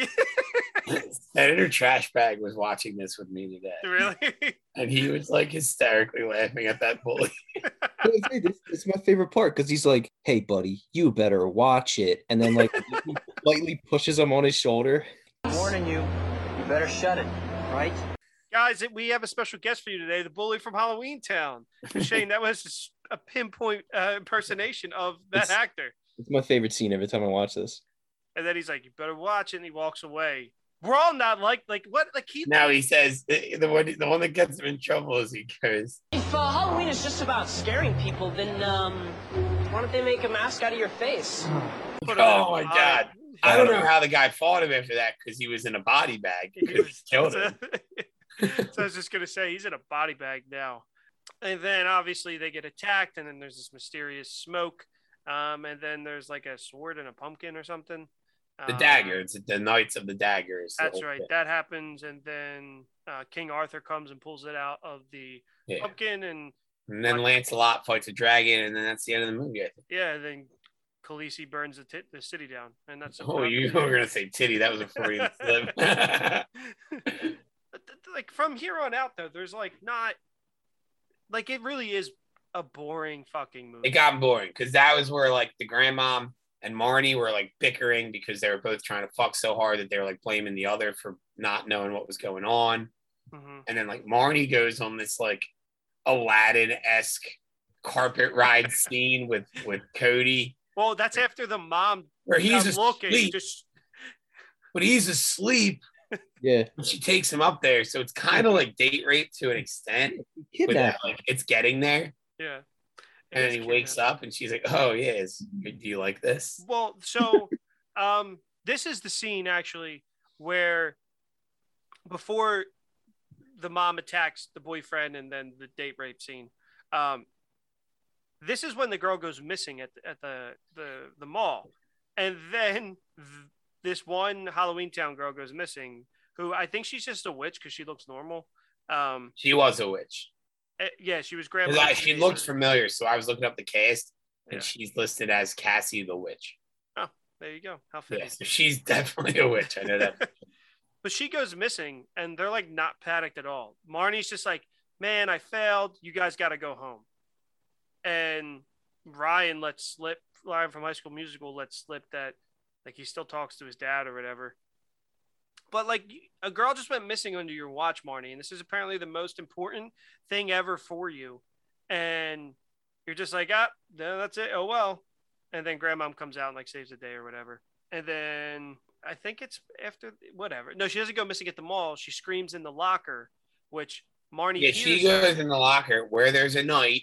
Senator Trashbag was watching this with me today, really? and he was like hysterically laughing at that bully. But it's- it's, it's my favorite part because he's like, "Hey, buddy, you better watch it," and then like he lightly pushes him on his shoulder. Warning you, you better shut it, right? Guys, we have a special guest for you today, the bully from Halloween Town. Shane, that was just a pinpoint uh, impersonation of that It's- actor. It's my favorite scene every time I watch this. And then he's like, "You better watch it," and he walks away. We're all not like like what like he Now he says the, the one the one that gets him in trouble is he goes, If uh, Halloween is just about scaring people, then um, why don't they make a mask out of your face? put "Oh my him in a god." body. I don't know how the guy fought him after that because he was in a body bag. He He could was- have killed so, him. so I was just gonna say he's in a body bag now. And then obviously they get attacked, and then there's this mysterious smoke. Um, and then there's like a sword and a pumpkin or something. The Um, dagger. It's the Knights of the Daggers. That's right. That happens, and then uh, King Arthur comes and pulls it out of the Yeah. pumpkin, and And then Lancelot fights a dragon, and then that's the end of the movie. I think. yeah, then Khaleesi burns the, ti the city down, and that's Oh, you were gonna say titty? That was a Freudian slip. yeah, But th- th- like from here on out though there's like not like it really is a boring fucking movie it got boring because that was where like the grandmom and Marnie were like bickering because they were both trying to fuck so hard that they were like blaming the other for not knowing what was going on. Mhm. And then like Marnie goes on this like Aladdin esque carpet ride scene with with Cody well that's after the mom where he's got looking asleep, just but he's asleep Yeah, when she takes him up there. So it's kind of like date rape to an extent. kidnapped. Without, like it's getting there. yeah And then he wakes up and she's like, Oh yeah, is, do you like this? well so um this is the scene actually where before the mom attacks the boyfriend and then the date rape scene um this is when the girl goes missing at the, at the the the mall and then th- this one halloween town girl goes missing who i think she's just a witch because she looks normal um She was a witch. eh, yeah she was 'Cause grandma I- she looks familiar. So I was looking up the cast and Yeah. she's listed as Cassie the Witch. there you go how fitting Yeah, so she's definitely a witch. I know that. but she goes missing and they're like not panicked at all. Marnie's just like, man, I failed. You guys got to go home. And Ryan lets slip, Ryan from High School Musical lets slip that like he still talks to his dad or whatever. But like a girl just went missing under your watch, Marnie. And this is apparently the most important thing ever for you. And you're just like, ah, no, that's it. Oh, well. and then grandmom comes out and like saves the day or whatever. And then I think it's after whatever. No, she doesn't go missing at the mall. She screams in the locker, which Marnie. Yeah, she hears her. goes in the locker where there's a night,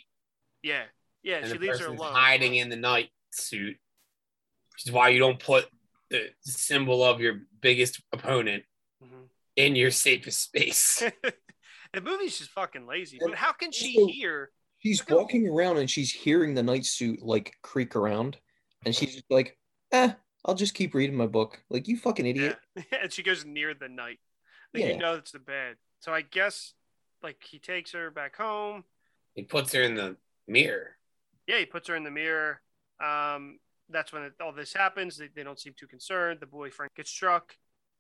Yeah, yeah. and she the leaves her person's alone. hiding in the night suit, which is why you don't put the symbol of your biggest opponent Mhm. in your safest space. the movie's just fucking lazy. And But how can she also- hear? She's walking around and she's hearing the night suit like creak around, and she's just like, "Eh, I'll just keep reading my book." Like you fucking Yeah, idiot. and she goes near the night. Like, Yeah. You know it's the bed. So I guess like he takes her back home. he puts her in the mirror. Yeah, he puts her in the mirror. Um, that's when it, all this happens. They, they don't seem too concerned. The boyfriend gets struck,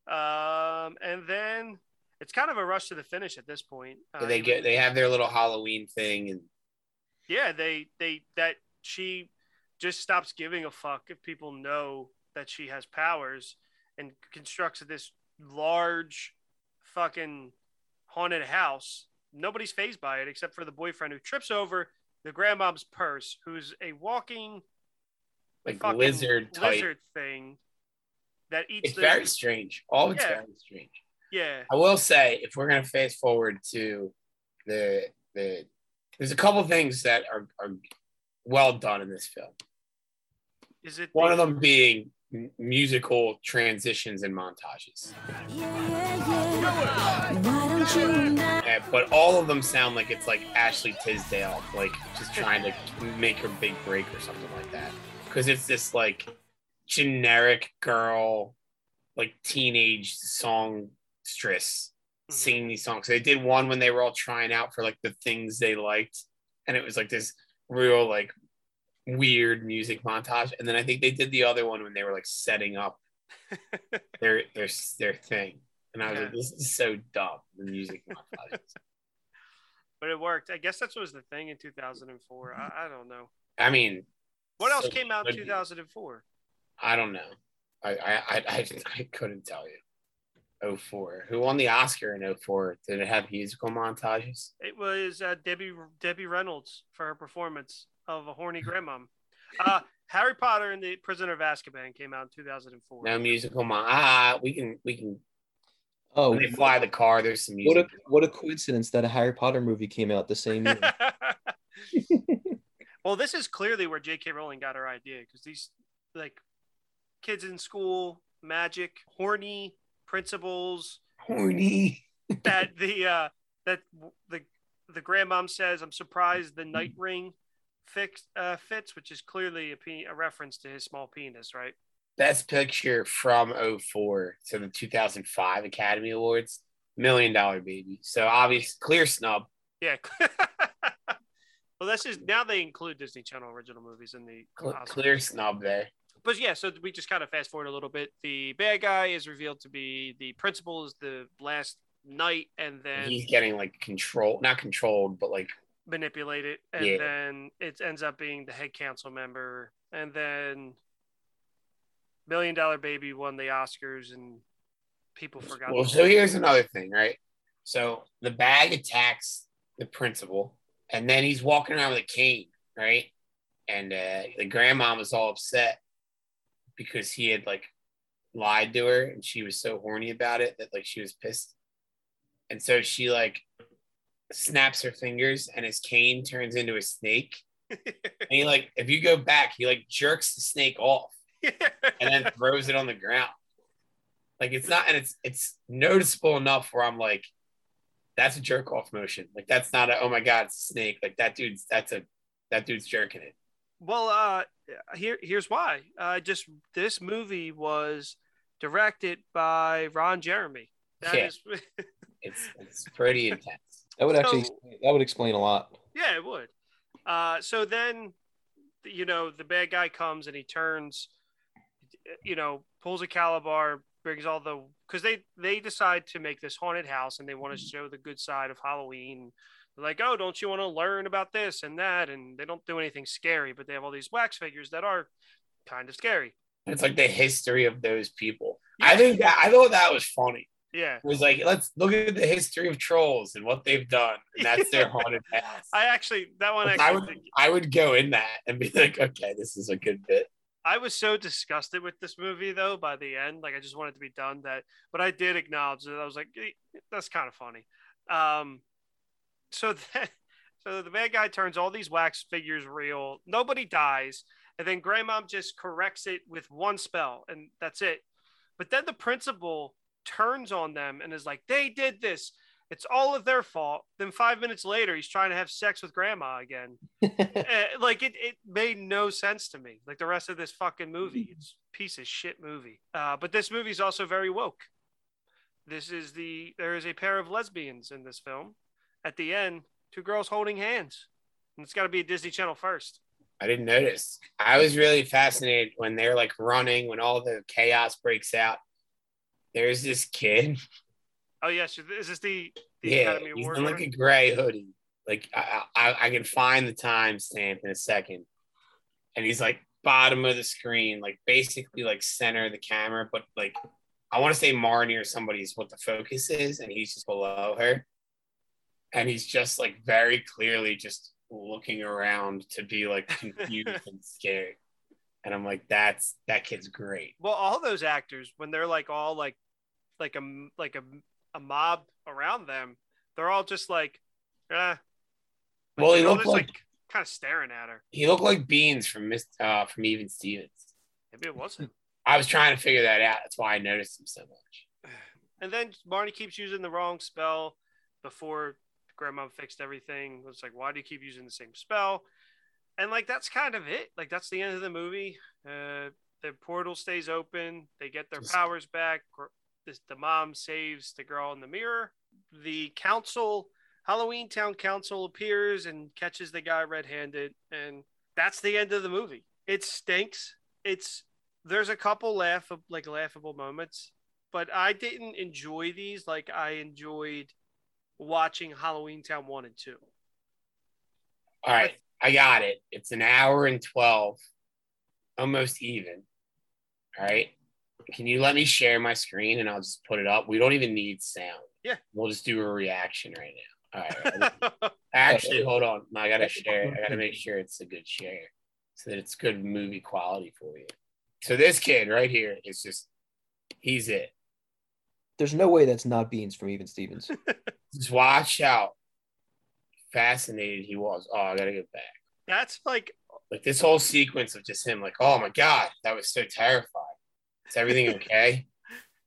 um, and then it's kind of a rush to the finish at this point. Uh, And they even- get they have their little Halloween thing, and yeah they they that she just stops giving a fuck if people know that she has powers and constructs this large fucking haunted house nobody's phased by it except for the boyfriend who trips over the grandmom's purse who's a walking like fucking lizard type. lizard thing that eats It's the very strange. All of it's Yeah. very strange. yeah I will say, if we're gonna fast forward to the the, there's a couple things that are, are well done in this film. is it One of the- them being m- musical transitions and montages, Uh, but all of them sound like it's like Ashley Tisdale, like just trying to make her big break or something like that. Because it's this like generic girl, like teenage songstress Mhm. singing these songs. They did one when they were all trying out for like the things they liked, and it was like this real like weird music montage. And then I think they did the other one when they were like setting up their their their thing. And I was Yeah. like, this is so dumb. The music montage. but it worked i guess that's what was the thing in 2004 i, I don't know I mean, what else So came out in good. 2004 I don't know. I I I, I, I couldn't tell you. 04. Who won the Oscar in 04? Did it have musical montages? It was uh, Debbie Debbie Reynolds for her performance of a horny grandmom. Uh, Harry Potter and the Prisoner of Azkaban came out in 2004. No musical mon. Ah, we can we can. Oh, When they fly the car, there's some what music. a what a coincidence that a Harry Potter movie came out the same year. well, this is clearly where J.K. Rowling got her idea because these like kids in school, magic, horny principals Horny. that the uh, that the the grandmom says, "I'm surprised the night ring." Fix, uh, fits, which is clearly a, pe- a reference to his small penis, right? Best picture from 04 to the 2005 Academy Awards, Million Dollar Baby. So obvious, clear snub. Yeah. well, that's just now they include Disney Channel original movies in the Cl- Oscars. Clear snub there. But yeah, so we just kind of fast forward a little bit. The bad guy is revealed to be the principal is the last night, and then He's getting like control, not controlled, but like manipulated, and Yeah. then it ends up being the head council member, and then Million Dollar Baby won the Oscars, and people forgot. Well, so here's another thing, right? So the bag attacks the principal, and then he's walking around with a cane, right? And uh, the grandma was all upset because he had like lied to her, and she was so horny about it that like she was pissed, and so she like snaps her fingers, and his cane turns into a snake. and he like, if you go back, he like jerks the snake off and then throws it on the ground. Like it's not, and it's it's noticeable enough where I'm like, that's a jerk off motion. Like that's not a oh my god it's a snake. Like that dude's that's a that dude's jerking it. Well, uh, here here's why. Uh, just this movie was directed by Ron Jeremy. That Yeah. is, It's it's pretty intense. That would actually So- explain- that would explain a lot. yeah, it would. Uh, so then, you know, the bad guy comes and he turns, you know, pulls a calabar, brings all the because they they decide to make this haunted house and they want to show the good side of Halloween. They're like, oh, don't you want to learn about this and that? And they don't do anything scary, but they have all these wax figures that are kind of scary. It's like the history of those people. Yeah. I think that I thought that was funny. Yeah. It was like let's look at the history of trolls and what they've done, and that's their haunted past. I actually that one Like, actually I would I would go in that and be like, okay, this is a good bit. I was so disgusted with this movie though by the end, like I just wanted to be done. That, but I did acknowledge that I was like, "Eh, that's kind of funny. Um, so then, so the bad guy turns all these wax figures real. Nobody dies, and then Grandmom just corrects it with one spell, and that's it. But then the principal turns on them and is like, "They did this. It's all of their fault." Then five minutes later, he's trying to have sex with Grandma again. Eh, like it, it made no sense to me. Like the rest of this fucking movie, Mm-hmm. it's a piece of shit movie. Uh, but this movie's also very woke. This is the there is a pair of lesbians in this film. At the end, two girls holding hands, and it's got to be a Disney Channel first. I didn't notice. I was really fascinated when they're like running, when all the chaos breaks out. There's this kid. Oh yes, is this the the Yeah, Academy he's Award? in like winner? a gray hoodie. Like I, I, I can find the timestamp in a second, and he's like bottom of the screen, like basically like center of the camera, but like I want to say Marnie or somebody is what the focus is, and he's just below her, and he's just like very clearly just looking around to be like confused and scared, and I'm like, that's that kid's great. well, all those actors when they're like all like like a like a, a mob around them, they're all just like, eh. Well, he they're all looked just, like- kind of staring at her. He looked like Beans from Miss uh, from Even Stevens. Maybe it wasn't. I was trying to figure that out. That's why I noticed him so much. And then Marnie keeps using the wrong spell before Grandma fixed everything. It's like, why do you keep using the same spell? And like that's kind of it. Like that's the end of the movie. Uh, the portal stays open. They get their Just- powers back. Gr- This, the mom saves the girl in the mirror. The council, Halloween Town Council, appears and catches the guy red-handed. And that's the end of the movie. It stinks. It's there's a couple laugh like laughable moments but I didn't enjoy these like I enjoyed watching Halloween Town 1 and 2. All right, I got it. It's an hour and 12, almost even. All right. Can you let me share my screen and I'll just put it up? We don't even need sound. Yeah. We'll just do a reaction right now. All right. Actually, hold on. No, I gotta share. I gotta make sure it's a good share, so that it's good movie quality for you. So this kid right here is just—he's it. There's no way that's not Beans from Even Stevens. Just watch out. Fascinated he was. Oh, I gotta get back. That's like Like this whole sequence of just him, like, oh my god, that was so terrifying. Is everything okay?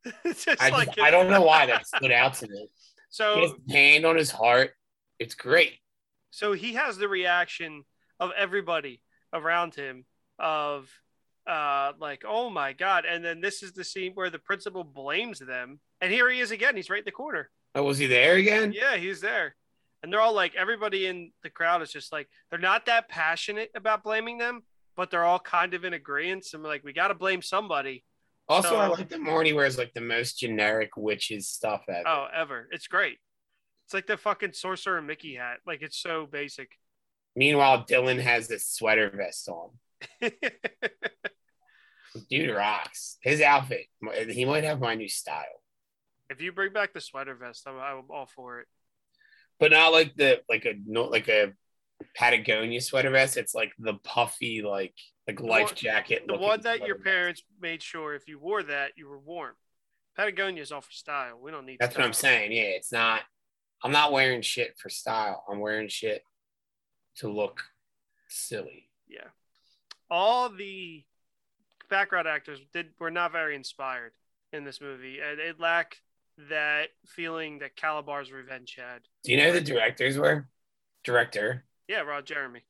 it's just I like Oh. just, I don't know why that stood out to me. He has So his hand on his heart. It's great. so he has the reaction of everybody around him of uh like oh my god and then this is the scene where the principal blames them and here he is again he's right in the corner Oh, was he there again? yeah he's there and they're all like everybody in the crowd is just like they're not that passionate about blaming them but they're all kind of in agreement and we're like we got to blame somebody Also, So- I like that Marnie wears like the most generic witches stuff ever. Oh, ever. It's great. It's like the fucking sorcerer Mickey hat. Like it's so basic. Meanwhile, Dylan has this sweater vest on. if Dude rocks. His outfit. He might have my new style, you bring back the sweater vest, I'm, I'm all for it. but not like the like a no like a Patagonia sweater vest. It's like the puffy like like life one- jacket. The looking one that sweater your vest. parents made sure if you wore that, you were warm. Patagonia's all for style. We don't need That's what I'm style. saying. Yeah, it's not. I'm not wearing shit for style. I'm wearing shit to look silly. Yeah. All the background actors did were not very inspired in this movie. And it lacked that feeling that Calabar's Revenge had. Do you know who the directors were? Director. Yeah, Rod Jeremy.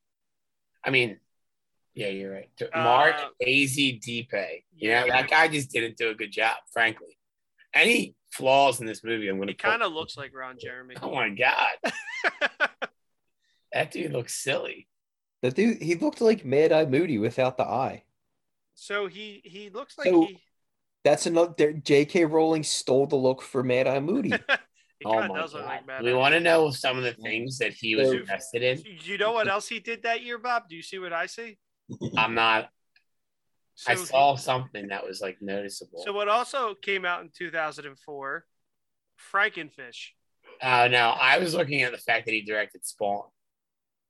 I mean, yeah, you're right. D- Mark Uh, AZ Dipe. You know, yeah. that guy just didn't do a good job, frankly. Any flaws in this movie, I'm going to He kind of looks like Ron Jeremy. Oh my God. That dude looks silly. the dude, he looked like Mad Eye Moody without the eye. So he he looks like So- he, That's another. there- J.K. Rowling stole the look for Mad Eye Moody. he Oh kind of my does look God. like Mad We Eye. want to know some of the things that he was So- invested in. You know what else he did that year, Bob? Do you see what I see? I'm not, So I he- saw something that was like noticeable. so what also came out in 2004, Frankenfish. Oh no, I was looking at the fact that he directed Spawn.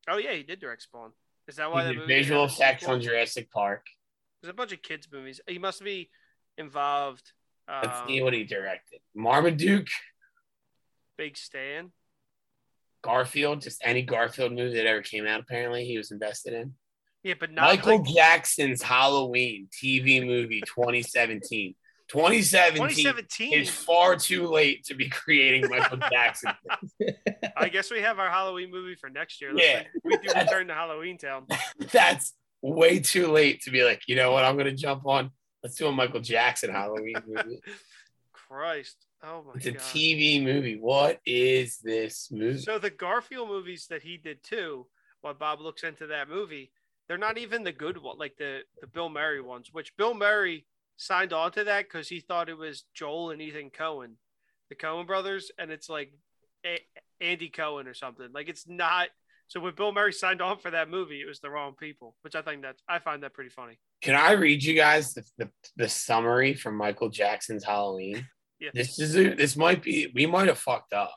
Oh yeah, he did direct Spawn. Is that He why that did movie? visual had a effects sequel? on Jurassic Park. There's a bunch of kids movies. He must be involved. Let's Um, see what he directed. Marmaduke, Big Stan. Garfield, just any Garfield movie that ever came out. Apparently, he was invested in. Yeah, but not Michael like- Jackson's Halloween TV movie 2017. 2017 2017. is far too late to be creating Michael Jackson. I guess we have our Halloween movie for next year. Looks Yeah. like we do return to Halloween Town. That's way too late to be like, you know what? I'm going to jump on. Let's do a Michael Jackson Halloween movie. Christ. Oh my It's a god. TV movie. What is this movie? So the Garfield movies that he did too, while Bob looks into that movie, they're not even the good one, like the the Bill Murray ones, which Bill Murray signed on to that because he thought it was Joel and Ethan Cohen, the Cohen brothers, and it's like a- Andy Cohen or something. Like it's not. So when Bill Murray signed on for that movie, it was the wrong people, which I think that's I find that pretty funny. Can I read you guys the, the, the summary from Michael Jackson's Halloween? Yeah. This is a, this might be we might have fucked up.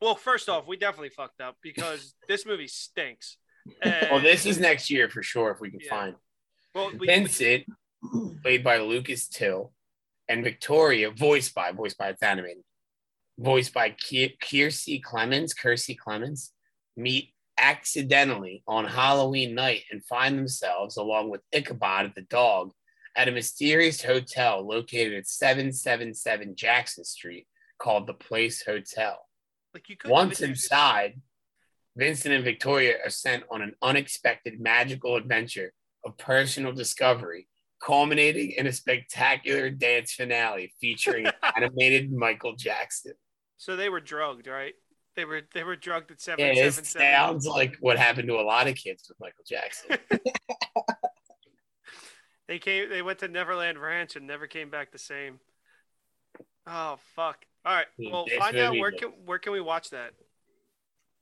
Well, first off, we definitely fucked up because this movie stinks. And, Well, this is next year for sure if we can Yeah. find. it. well, we- Vincent, played by Lucas Till, and Victoria, voiced by voiced by it's animated, voiced by Ki- Kiersey Clemens, Kiersey Clemens, meet accidentally on Halloween night and find themselves along with Ichabod the dog at a mysterious hotel located at 777 Jackson Street called the Place Hotel. like you couldn't Once even do- inside, Vincent and Victoria are sent on an unexpected magical adventure of personal discovery, culminating in a spectacular dance finale featuring animated Michael Jackson. So they were drugged, right? They were they were drugged at seven Yeah, seven it seven. sounds like what happened to a lot of kids with Michael Jackson. They came. They went to Neverland Ranch and never came back the same. Oh fuck! All right. Yeah, Well, this find out movie where was- can where can we watch that?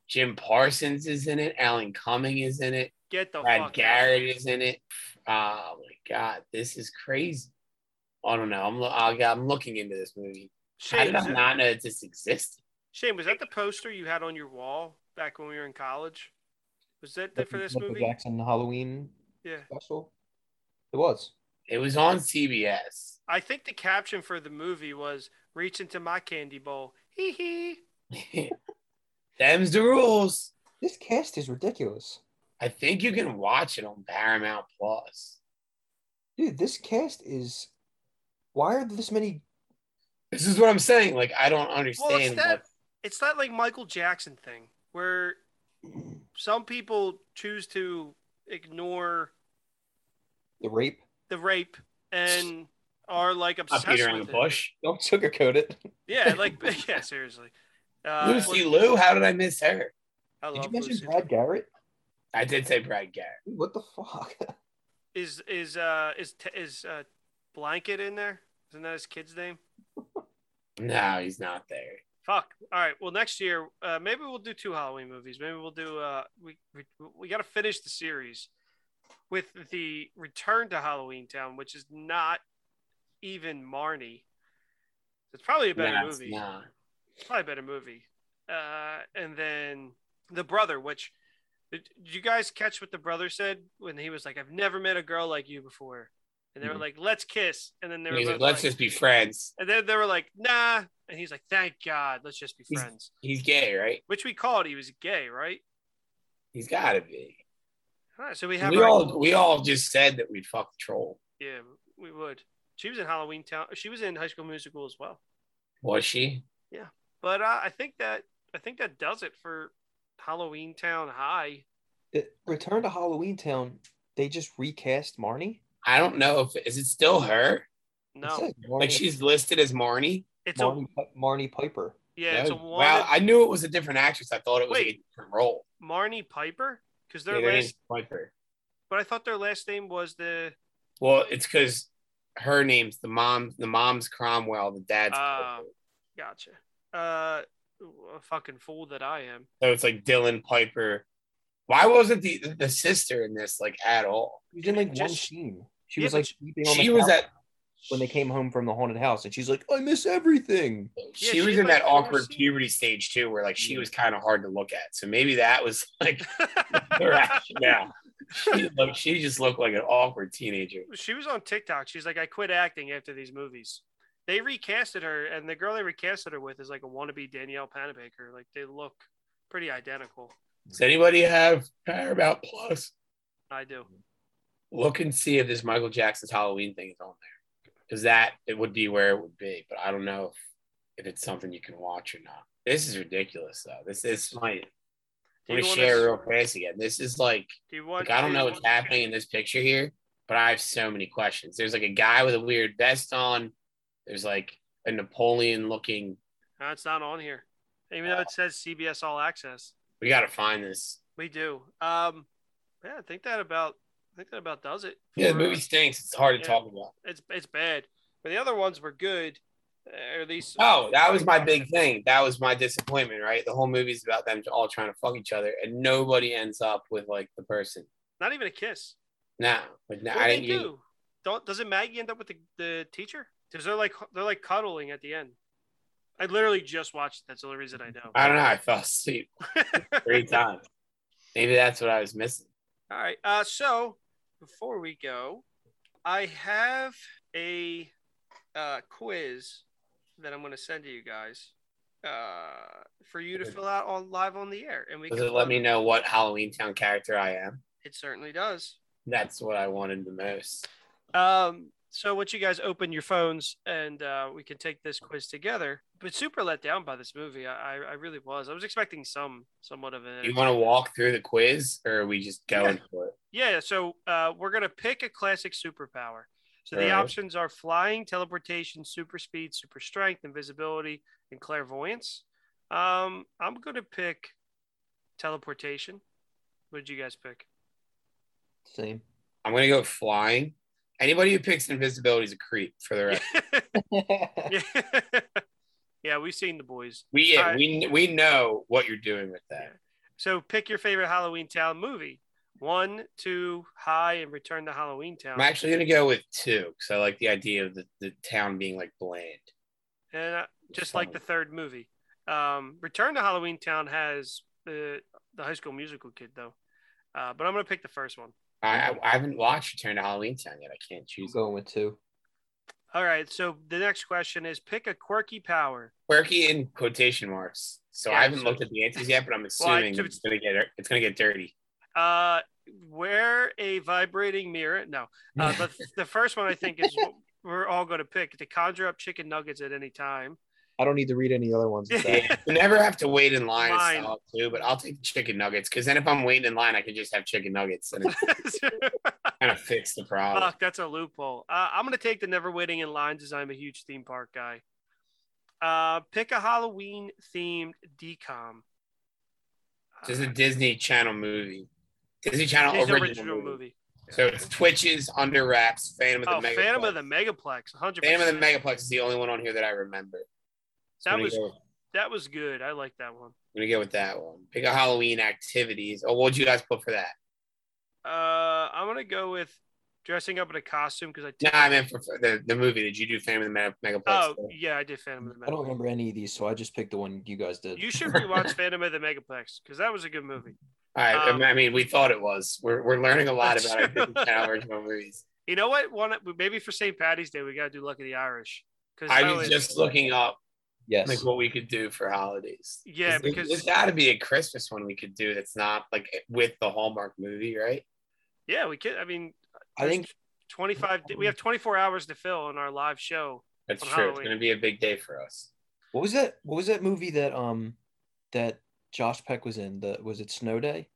Jim Parsons is in it. Alan Cumming is in it. Get the Brad Oh, fuck Garrett is in it. Oh my god, this is crazy. I don't know. I'm lo- I- I'm looking into this movie. Out. How Shane, did was I that, not know that this existed? Shane, was that the poster you had on your wall back when we were in college? Was that the, for this Michael movie? Jackson Halloween Yeah. special. It was. It was on CBS. I think the caption for the movie was "Reach into my candy bowl." Hee hee. Them's the rules. This cast is ridiculous. I think you can watch it on Paramount Plus. Dude, this cast is. Why are there this many? This is what I'm saying. Like I don't Well, it's understand. that what- it's that like Michael Jackson thing where some people choose to ignore The rape? the rape and are like not obsessed Peter in with the it. bush. Don't sugarcoat it. Yeah, like yeah, seriously. Uh, Lucy Lou. How did I miss her? I Did you love mention Lucy. Brad Garrett? I did say Brad Garrett. Dude, what the fuck? Is is uh is t- is uh blanket in there? Isn't that his kid's name? No, he's not there. Fuck. All right. Well, next year, uh, maybe we'll do two Halloween movies. Maybe we'll do. Uh, we we, we got to finish the series with the Return to Halloween Town, which is not even Marnie. It's probably a better No, it's movie. not. It's Probably a better movie. Uh, and then the brother, which did you guys catch what the brother said when he was like, "I've never met a girl like you before," and they were Mhm. like, "Let's kiss," and then they were He's like, both let's like- just be friends. and then they were like, nah. And he's like, thank God, let's just be He's- friends. He's gay, right? Which we called he was gay, right? He's got to be. All right, so we have We our, all we all just said that we'd fuck the troll. yeah, we would. She was in Halloween Town. She was in High School Musical as well. Was she? But uh, I think that I think that does it for Halloween Town High. It- Return to Halloween Town. They just recast Marnie. I don't know if is it still her. It No, says Marnie, Like she's listed as Marnie. it's a Marnie, Pi- Marnie Piper. yeah, it's a one wow, I knew it was a different actress. I thought it was like Wait. a different role. Marnie Piper because their Yeah, their last. name's Piper. But I thought their last name was the. Well, it's because her name's the mom. The mom's Cromwell. The dad's. Ah. Piper. Gotcha. Uh, a fucking fool that I am. So it's like Dylan Piper. Why wasn't the the sister in this like at all? She was in like one Just- scene. She Yeah, was but like sleeping on the She was couch at. when they came home from the haunted house, and she's like, "I miss everything." She she was had, in like, that four awkward scenes. puberty stage too, where like she was kind of hard to look at. So maybe that was like the rationale. She, looked, she just looked like an awkward teenager. She was on TikTok. She's like, I quit acting after these movies. They recasted her, and the girl they recasted her with is like a wannabe Danielle Panabaker. Like they look pretty identical. Does anybody have Paramount Plus? I do. Look and see if this Michael Jackson's Halloween thing is on there, because that it would be where it would be. But I don't know if, if it's something you can watch or not. This is ridiculous, though. This is my. Do Let me you want share us- real fast again. This is like Do you want? Like, I don't do you know want- what's happening in this picture here, but I have so many questions. There's like a guy with a weird vest on. There's like a Napoleon looking. No, it's not on here, even Oh. though it says CBS All Access. We got to find this. We do. Um, yeah, I think that about. I think that about does it. Yeah, the for- movie stinks. It's hard Yeah. to talk about. It's it's bad, but the other ones were good, or at least. Oh, that was my big thing. That was my disappointment, right? The whole movie's about them all trying to fuck each other, and nobody ends up with like the person. Not even a kiss. No, but no, What I do they didn't. get- do? Don't doesn't Maggie end up with the, the teacher? Because they're like they're like cuddling at the end. I literally just watched. it. That's the only reason I know. I don't know. I fell asleep three times. Maybe that's what I was missing. All right. Uh, so before we go, I have a uh, quiz that I'm going to send to you guys uh, for you to fill out on live on the air, and we Does can it let find- me know what Halloween Town character I am? It certainly does. That's what I wanted the most. Um, so once you guys open your phones and uh, we can take this quiz together. But super let down by this movie. I, I, I really was. I was expecting some somewhat of an You want to walk through the quiz, or are we just going for it? Yeah, so uh, we're gonna pick a classic superpower. So the Alright. options are flying, teleportation, super speed, super strength, invisibility, and clairvoyance. Um, I'm gonna pick teleportation. What did you guys pick? Same. I'm gonna go flying. Anybody who picks invisibility is a creep. For the rest, yeah. yeah, we've seen the boys. we Alright. we we know what you're doing with that. So pick your favorite Halloween Town movie. One, two, high, and return to Halloween Town. I'm actually gonna go with two because I like the idea of the, the town being like bland. and uh, just like the third movie. Um, Return to Halloween Town has the the High School Musical kid though, uh, but I'm gonna pick the first one. I, I, I haven't watched Return to Halloween Town yet. I can't I'm choose. going with two. All right, so the next question is pick a quirky power. Quirky in quotation marks. So Yeah, I haven't so- looked at the answers yet, but I'm I- assuming it's gonna get it's gonna get dirty. Uh, wear a vibrating mirror. No, uh, but the first one I think is what we're all gonna pick to conjure up chicken nuggets at any time. I don't need to read any other ones. It's that. Yeah, you never have to wait in line. Mine. Mine. Too, but I'll take the chicken nuggets because then if I'm waiting in line, I can just have chicken nuggets and it kind of fix the problem. Fuck, that's a loophole. Uh, I'm gonna take the never waiting in lines as I'm a huge theme park guy. Uh, pick a Halloween themed decom. This is Uh, a Disney Channel movie. Disney Channel Disney original, original movie. movie. So it's Twitches, Under Wraps, Phantom Oh, of the Megaplex. Phantom of the Megaplex. 100. Phantom of the Megaplex is the only one on here that I remember. So That I'm, gonna was go, I'm that was good. I like that one. gonna go with that one. Pick a Halloween activities. Oh, what'd you guys put for that? Uh, I'm gonna go with dressing up in a costume because I. No, I meant for, for the, the movie. Did you do Phantom of the Mega- Megaplex? oh yeah, I did Phantom of the I don't Megaplex. remember any of these, so I just picked the one you guys did. You should rewatch Phantom of the Megaplex because that was a good movie. All right. um, I mean, we thought it was. We're, we're learning a lot That's about our true. Disney Channel original movies. You know what? One maybe for St. Patty's Day we gotta do Luck of the Irish. 'Cause that I was- was just looking up yes. like what we could do for holidays. Yeah, There's- because- there's got to be a Christmas one we could do that's not like with the Hallmark movie, right? Yeah, we could. I mean, I think 25. We have 24 hours to fill in our live show. That's On true. It's Halloween. gonna be a big day for us. what was that? What was that movie that um that Josh Peck was in? The was it Snow Day?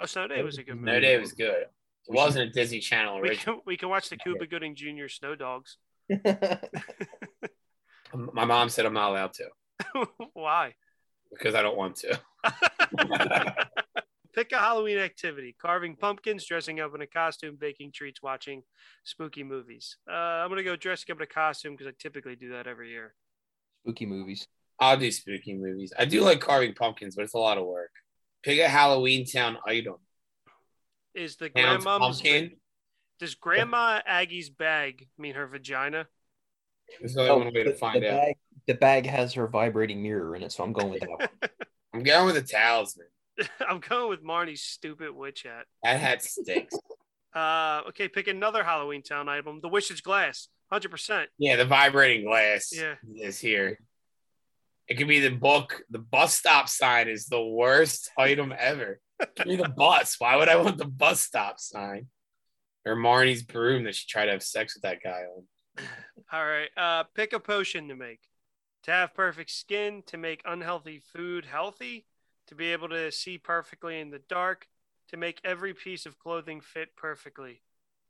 Oh, Snow Day was a good No movie. day was good. It wasn't a Disney Channel We original. can we can watch the Cuba Gooding Jr. Snow Dogs. My mom said I'm not allowed to Why? because I don't want to. Pick a Halloween activity: carving pumpkins, dressing up in a costume, baking treats, watching spooky movies. Uh, I'm gonna go dressing up in a costume because I typically do that every year. Spooky movies. I'll do spooky movies. I do like carving pumpkins, but it's a lot of work. Pick a Halloween town item. Is the Town's grandma's pumpkin. does Grandma Aggie's bag mean her vagina? There's only one way Oh, the, to find the out. Bag, the bag has her vibrating mirror in it, so I'm going with that one. I'm going with a talisman. I'm going with Marnie's stupid witch hat. That hat stinks. Uh, okay, pick another Halloween Town item. The Witch's Glass, hundred percent. yeah, the vibrating glass Yeah. is here. It could be the book. The bus stop sign is the worst item ever. Give me the bus. Why would I want the bus stop sign? Or Marnie's broom that she tried to have sex with that guy on. All right, uh, pick a potion to make, to have perfect skin, to make unhealthy food healthy, to be able to see perfectly in the dark, to make every piece of clothing fit perfectly.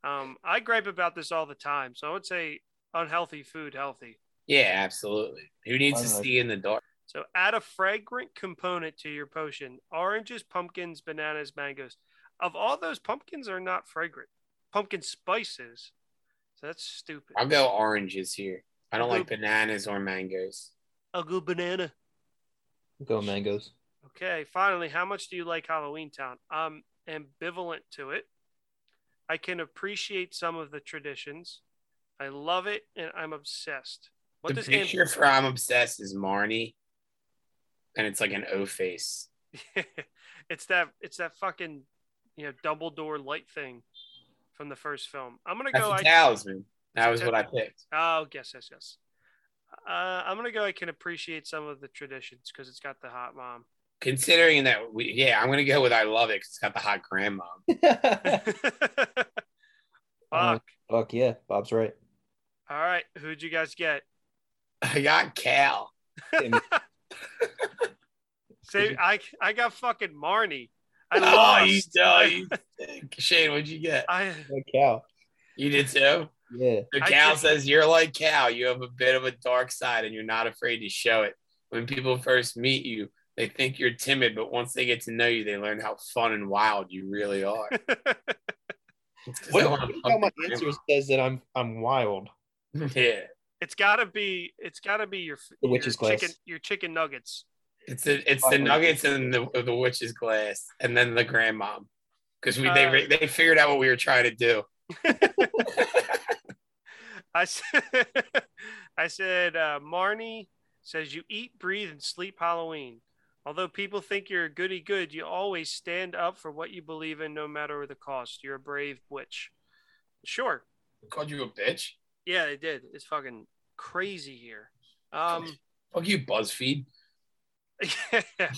Um, I gripe about this all the time, so I would say unhealthy food healthy. Yeah, absolutely. Who needs to I like see in the dark? So add a fragrant component to your potion: oranges, pumpkins, bananas, mangoes. Of all those, pumpkins are not fragrant. Pumpkin spices. So that's stupid. I'll go oranges here. I don't like bananas or mangoes. I'll go banana. Go mangoes. Okay, finally, how much do you like Halloween Town? I'm ambivalent to it. I can appreciate some of the traditions. I love it and I'm obsessed. What the does picture amb- for I'm obsessed is Marnie, and it's like an O face. it's that it's that fucking you know double door light thing from the first film. I'm gonna That's go a I talisman. That was what I picked. oh yes, yes, yes. Uh, I'm gonna go I can appreciate some of the traditions because it's got the hot mom. Considering that we, yeah, I'm gonna go with I love it because it's got the hot grandma. Fuck Fuck. Uh, yeah, Bob's right. All right, who'd you guys get? I got Cal. Damn it. Say, I I got fucking Marnie. I oh, lost. you, oh, you Shane, what'd you get? I Like cow. You did too. Yeah. So I Cal did. says you're like Cal. You have a bit of a dark side, and you're not afraid to show it. When people first meet you, they think you're timid, but once they get to know you, they learn how fun and wild you really are. It's 'cause I What, want a what about my fucking answer says that I'm I'm wild? grandma. Yeah. it's gotta be it's gotta be your The your witch's glass. chicken your chicken nuggets. It's the it's the Fucking- nuggets and the the witch's glass, and then the grandma, because we they they figured out what we were trying to do. I said I said uh, Marnie says you eat, breathe, and sleep Halloween. Although people think you're a goody good, you always stand up for what you believe in, no matter the cost. You're a brave witch. Sure, Called you a bitch. yeah, they did. It's fucking crazy here. Um. Fuck you, BuzzFeed. Yeah.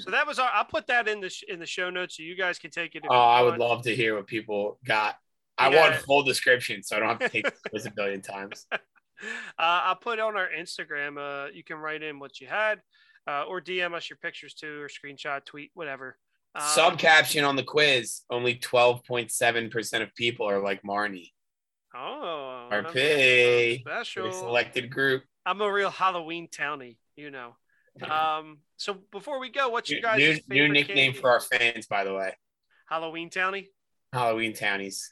So that was our. I'll put that in the sh- in the show notes so you guys can take it. if Oh, you I would want. love to hear what people got. I Yeah. want full description, so I don't have to take this quiz a billion times. Uh, I'll put on our Instagram. Uh, you can write in what you had, uh, or DM us your pictures too, or screenshot, tweet, whatever. Um, Sub caption on the quiz: Only twelve point seven percent of people are like Marnie. Oh, RP. okay. Pretty special. selected group. I'm a real Halloween townie, you know. Um, so before we go, what's New, your guys' new- new favorite nickname candy? for our fans, by the way. Halloween townie? Halloween townies.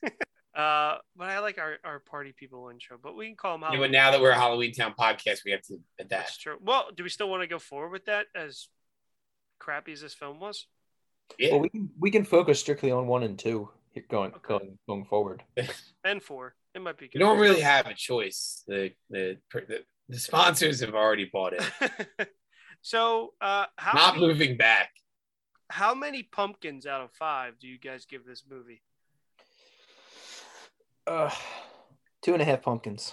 Uh, but I like our, our party people intro, but we can call them Yeah, Halloween. but now that we're a Halloween Town podcast, we have to adapt. That's true. Well, do we still want to go forward with that as crappy as this film was? Yeah. Well, we can we can focus strictly on one and two here going Okay. going going forward. And four. It might be good. You don't really have a choice. The the the, the sponsors have already bought it. so uh how Not many, moving back. how many pumpkins out of five do you guys give this movie? Uh, two and a half pumpkins.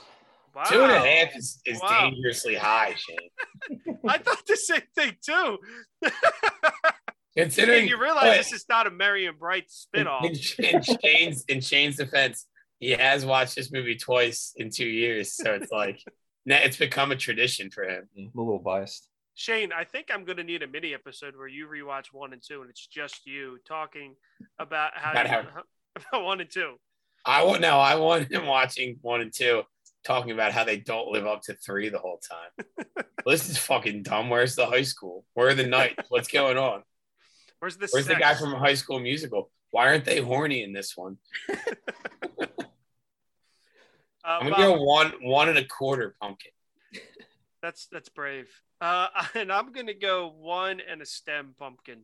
Wow. Two and a half is, is Wow. dangerously high, Shane. I thought the same thing too. Considering and you realize but- this is not a Merry and Bright spinoff. in, in Shane's in Shane's defense, he has watched this movie twice in two years, so it's like now it's become a tradition for him. I'm a little biased. Shane, I think I'm gonna need a mini episode where you rewatch one and two and it's just you talking about how About you, about one and two. I want no, I want him watching one and two, talking about how they don't live up to three the whole time. this is fucking dumb. Where's the high school? Where are the knights? What's going on? Where's the Where's the sex? guy from High School Musical? Why aren't they horny in this one? uh, I'm gonna Bob, go one one and a quarter pumpkin. That's that's brave. Uh, and I'm gonna go one and a stem pumpkin,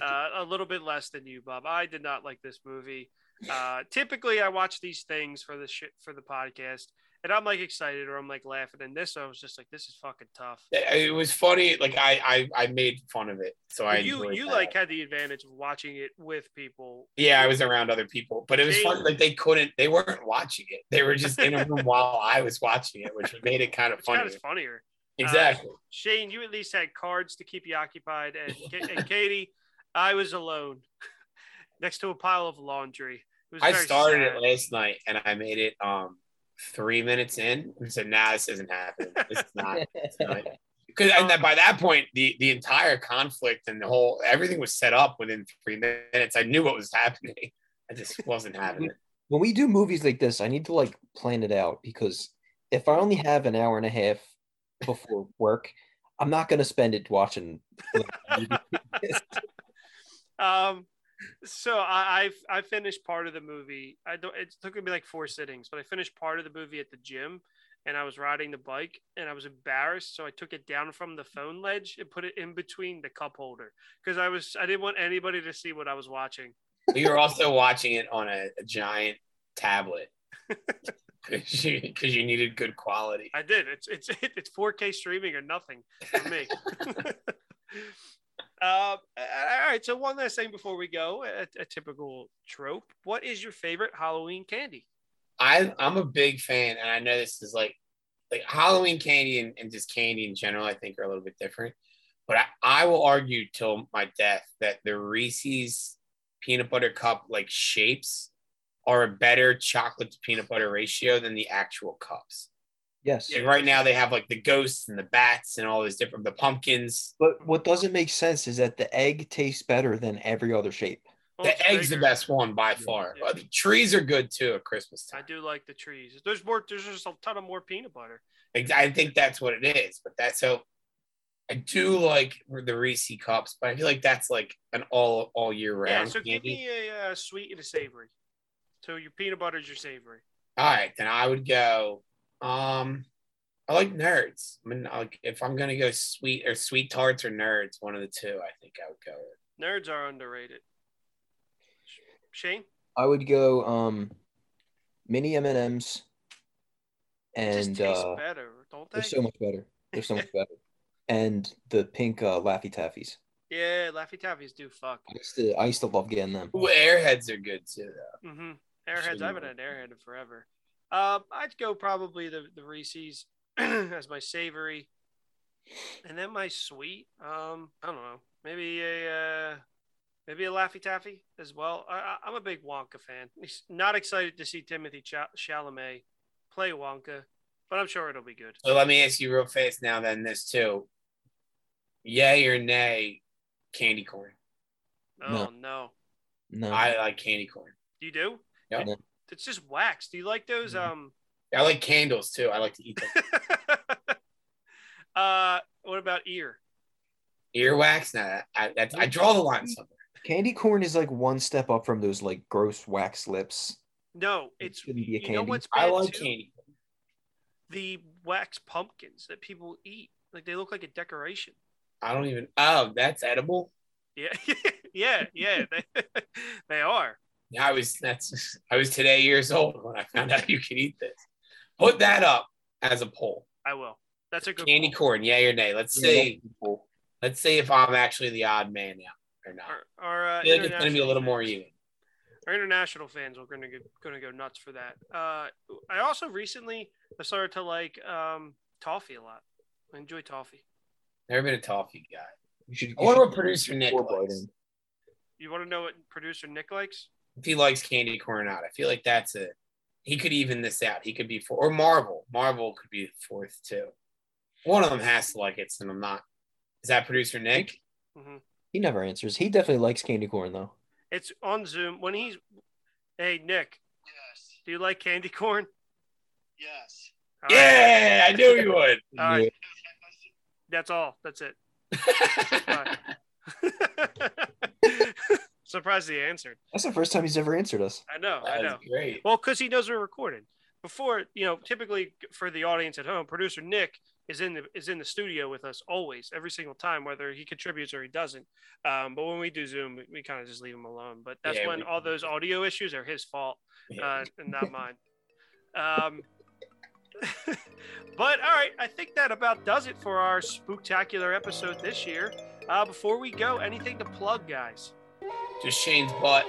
uh, a little bit less than you, Bob. I did not like this movie. Uh, typically, I watch these things for the shit for the podcast, and I'm like excited or I'm like laughing. And this, I was just like, this is fucking tough. It was funny. Like I, I, I made fun of it, so I. you enjoyed you that. like had the advantage of watching it with people. Yeah, I was around other people, but it was They- fun. Like they couldn't, they weren't watching it. They were just in a room while I was watching it, which made it kind of It's kind funny. of funnier. Exactly. Shane, you at least had cards to keep you occupied, and, Ka- and Katie, I was alone next to a pile of laundry. It was I very started sad. it last night and I made it um three minutes in and said, "Nah, this isn't happening. This is not." Because Um, by that point, the the entire conflict and the whole everything was set up within three minutes. I knew what was happening. I just wasn't having it. when we do movies like this, I need to like plan it out because if I only have an hour and a half before work, I'm not gonna spend it watching. um so I, I i finished part of the movie i don't it took me like four sittings but i finished part of the movie at the gym and i was riding the bike and i was embarrassed so i took it down from the phone ledge and put it in between the cup holder because i was i didn't want anybody to see what i was watching But you were also watching it on a, a giant tablet because you, 'cause you needed good quality. i did it's it's it's 4k streaming or nothing for me Uh, all right. So one last thing before we go, a, a typical trope. What is your favorite Halloween candy? I I'm a big fan, and I know this is like like Halloween candy and, and just candy in general. I think are a little bit different, but I, I will argue till my death that the Reese's peanut butter cup like shapes are a better chocolate to peanut butter ratio than the actual cups. Yes. Like right now they have like the ghosts and the bats and all those different the pumpkins. But what doesn't make sense is that the egg tastes better than every other shape. Oh, it's The egg's the bigger. best one by far. Uh, Yeah. The trees are good too at Christmas I time. do like the trees. There's more. There's just a ton of more peanut butter. Ex- I think that's what it is. But that so I do like the Reese cups, but I feel like that's like an all all year yeah. round So give candy. me a, uh sweet and a savory. So your peanut butter is your savory. all right, then I would go. Um, I like nerds. I mean, I like if I'm gonna go sweet or sweet tarts or nerds, one of the two. I think I would go. with. Nerds are underrated. Sh- Shane, I would go um mini M and M's, it just and tastes uh, better, don't they? they're so much better. They're so much better. And the pink uh, Laffy Taffies. yeah, Laffy Taffies do fuck. I used to I used to love getting them. Ooh, airheads are good too, though. hmm Shouldn't Airheads. I haven't have. had airhead in forever. Um, I'd go probably the the Reese's as my savory, and then my sweet. Um, I don't know. Maybe a uh, maybe a Laffy Taffy as well. I, I, I'm a big Wonka fan. He's Not excited to see Timothy Cha- Chalamet play Wonka, but I'm sure it'll be good. So let me ask you real fast now. Then this too. Yay or nay, candy corn. Oh no, No. No, I like candy corn. you do? Yep. It- It's just wax. Do you like those? Mhm. Um. I like candles too. I like to eat them. uh, what about ear? Earwax? Nah, that- I, that's, I draw the line somewhere. candy corn is like one step up from those like gross wax lips. No, It it's shouldn't be a you know candy. what's bad I like too? candy. The wax pumpkins that people eat, like they look like a decoration. I don't even. Oh, that's edible. Yeah, yeah, yeah. They, they are. Yeah, I was that's I was today years old when I found out you could eat this. Put that up as a poll. I will. That's a good Candy call. corn, yay or nay? Let's see. Let's see if I'm actually the odd man now or not. Our, our, uh, I feel like it's gonna be a international little more fans- even. Our international fans are going to going to go nuts for that. Uh, I also recently I started to like um, toffee a lot. I enjoy toffee. Never been a toffee guy. You should. I you wonder should- what producer Nick Four bite likes. in. You want to know what producer Nick likes? If he likes candy corn or not, I feel like that's a he could even this out. He could be four or Marvel. Marvel could be fourth too. One of them has to like it, and I'm not. Is that producer Nick? hmm He never answers. He definitely likes candy corn though. It's on Zoom when he's. Hey Nick, Yes. do you like candy corn? Yes. All right. Yeah, I knew he would. All right. Yeah. That's all. That's it. Bye. Surprised he answered. That's the first time he's ever answered us. I know. I That know. was great. Well, because he knows we're recording. Before, you know, typically for the audience at home, producer Nick is in the is in the studio with us always, every single time, whether he contributes or he doesn't. Um, but when we do Zoom, we, we kind of just leave him alone. But that's Yeah, when we- uh, all those audio issues are his fault Yeah. uh, and not mine. Um, But all right, I think that about does it for our spooktacular episode this year. Uh, before we go, anything to plug, guys? Just Shane's butt.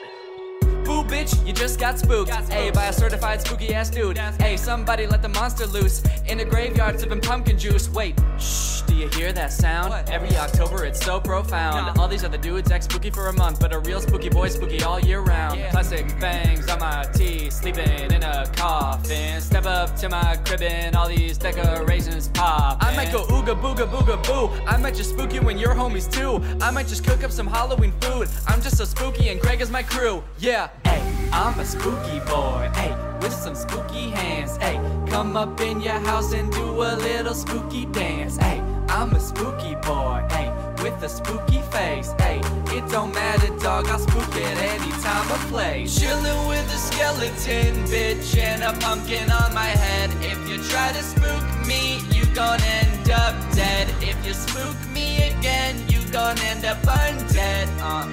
Boo, bitch, you just got spooked. Hey, by a certified spooky ass dude. Hey, somebody let the monster loose. In a graveyard sipping pumpkin juice. Wait, shh, do you hear that sound? Every October it's so profound. All these other dudes act spooky for a month, but a real spooky boy spooky all year round. Plastic fangs on my teeth, sleeping in a coffin. Step up to my crib and all these decorations pop. I might go ooga booga booga boo. I might just spook you and your homies too. I might just cook up some Halloween food. I'm just so spooky and Greg is my crew. Yeah, hey, I'm a spooky boy. Hey, with some spooky hands. Hey, come up in your house and do a little spooky dance. Hey, I'm a spooky boy. Hey, with a spooky face. Hey, it don't matter, dog. I'll spook at any time or place. Chillin' with a skeleton, bitch, and a pumpkin on my head. If you try to spook me, you gon' end up dead. If you spook me again, you gon' end up undead. Uh.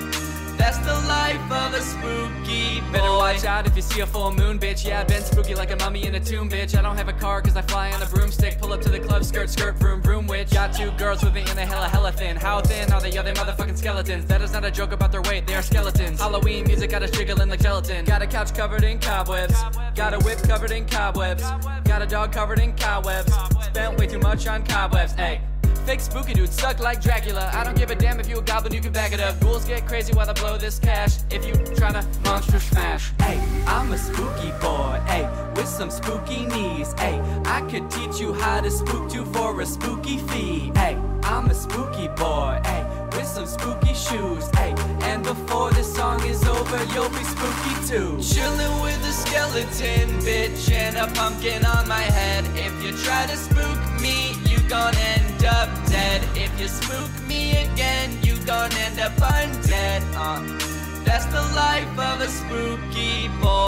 That's the life of a spooky boy. Better watch out if you see a full moon, bitch. Yeah, I've been spooky like a mummy in a tomb, bitch. I don't have a car cause I fly on a broomstick. Pull up to the club, skirt, skirt, vroom, vroom, witch. Got two girls with me and they hella, hella thin. How thin are they? Yo, they motherfucking skeletons. That is not a joke about their weight, they are skeletons. Halloween music got us jiggling like gelatin. Got a couch covered in cobwebs. Got a whip covered in cobwebs. Got a dog covered in cobwebs. Spent way too much on cobwebs, ayy. Fake spooky dudes suck like Dracula. I don't give a damn if you a goblin, you can back it up. Ghouls get crazy while I blow this cash. If you tryna monster smash, hey, I'm a spooky boy, hey, with some spooky knees, hey, I could teach you how to spook you for a spooky fee, hey, I'm a spooky boy, hey, with some spooky shoes, hey, and before the song is over, you'll be spooky too. Chillin' with a skeleton, bitch, and a pumpkin on my head. If you try to spook me, you gon' end up dead. If you spook me again, you gon' end up undead. Uh, that's the life of a spooky boy.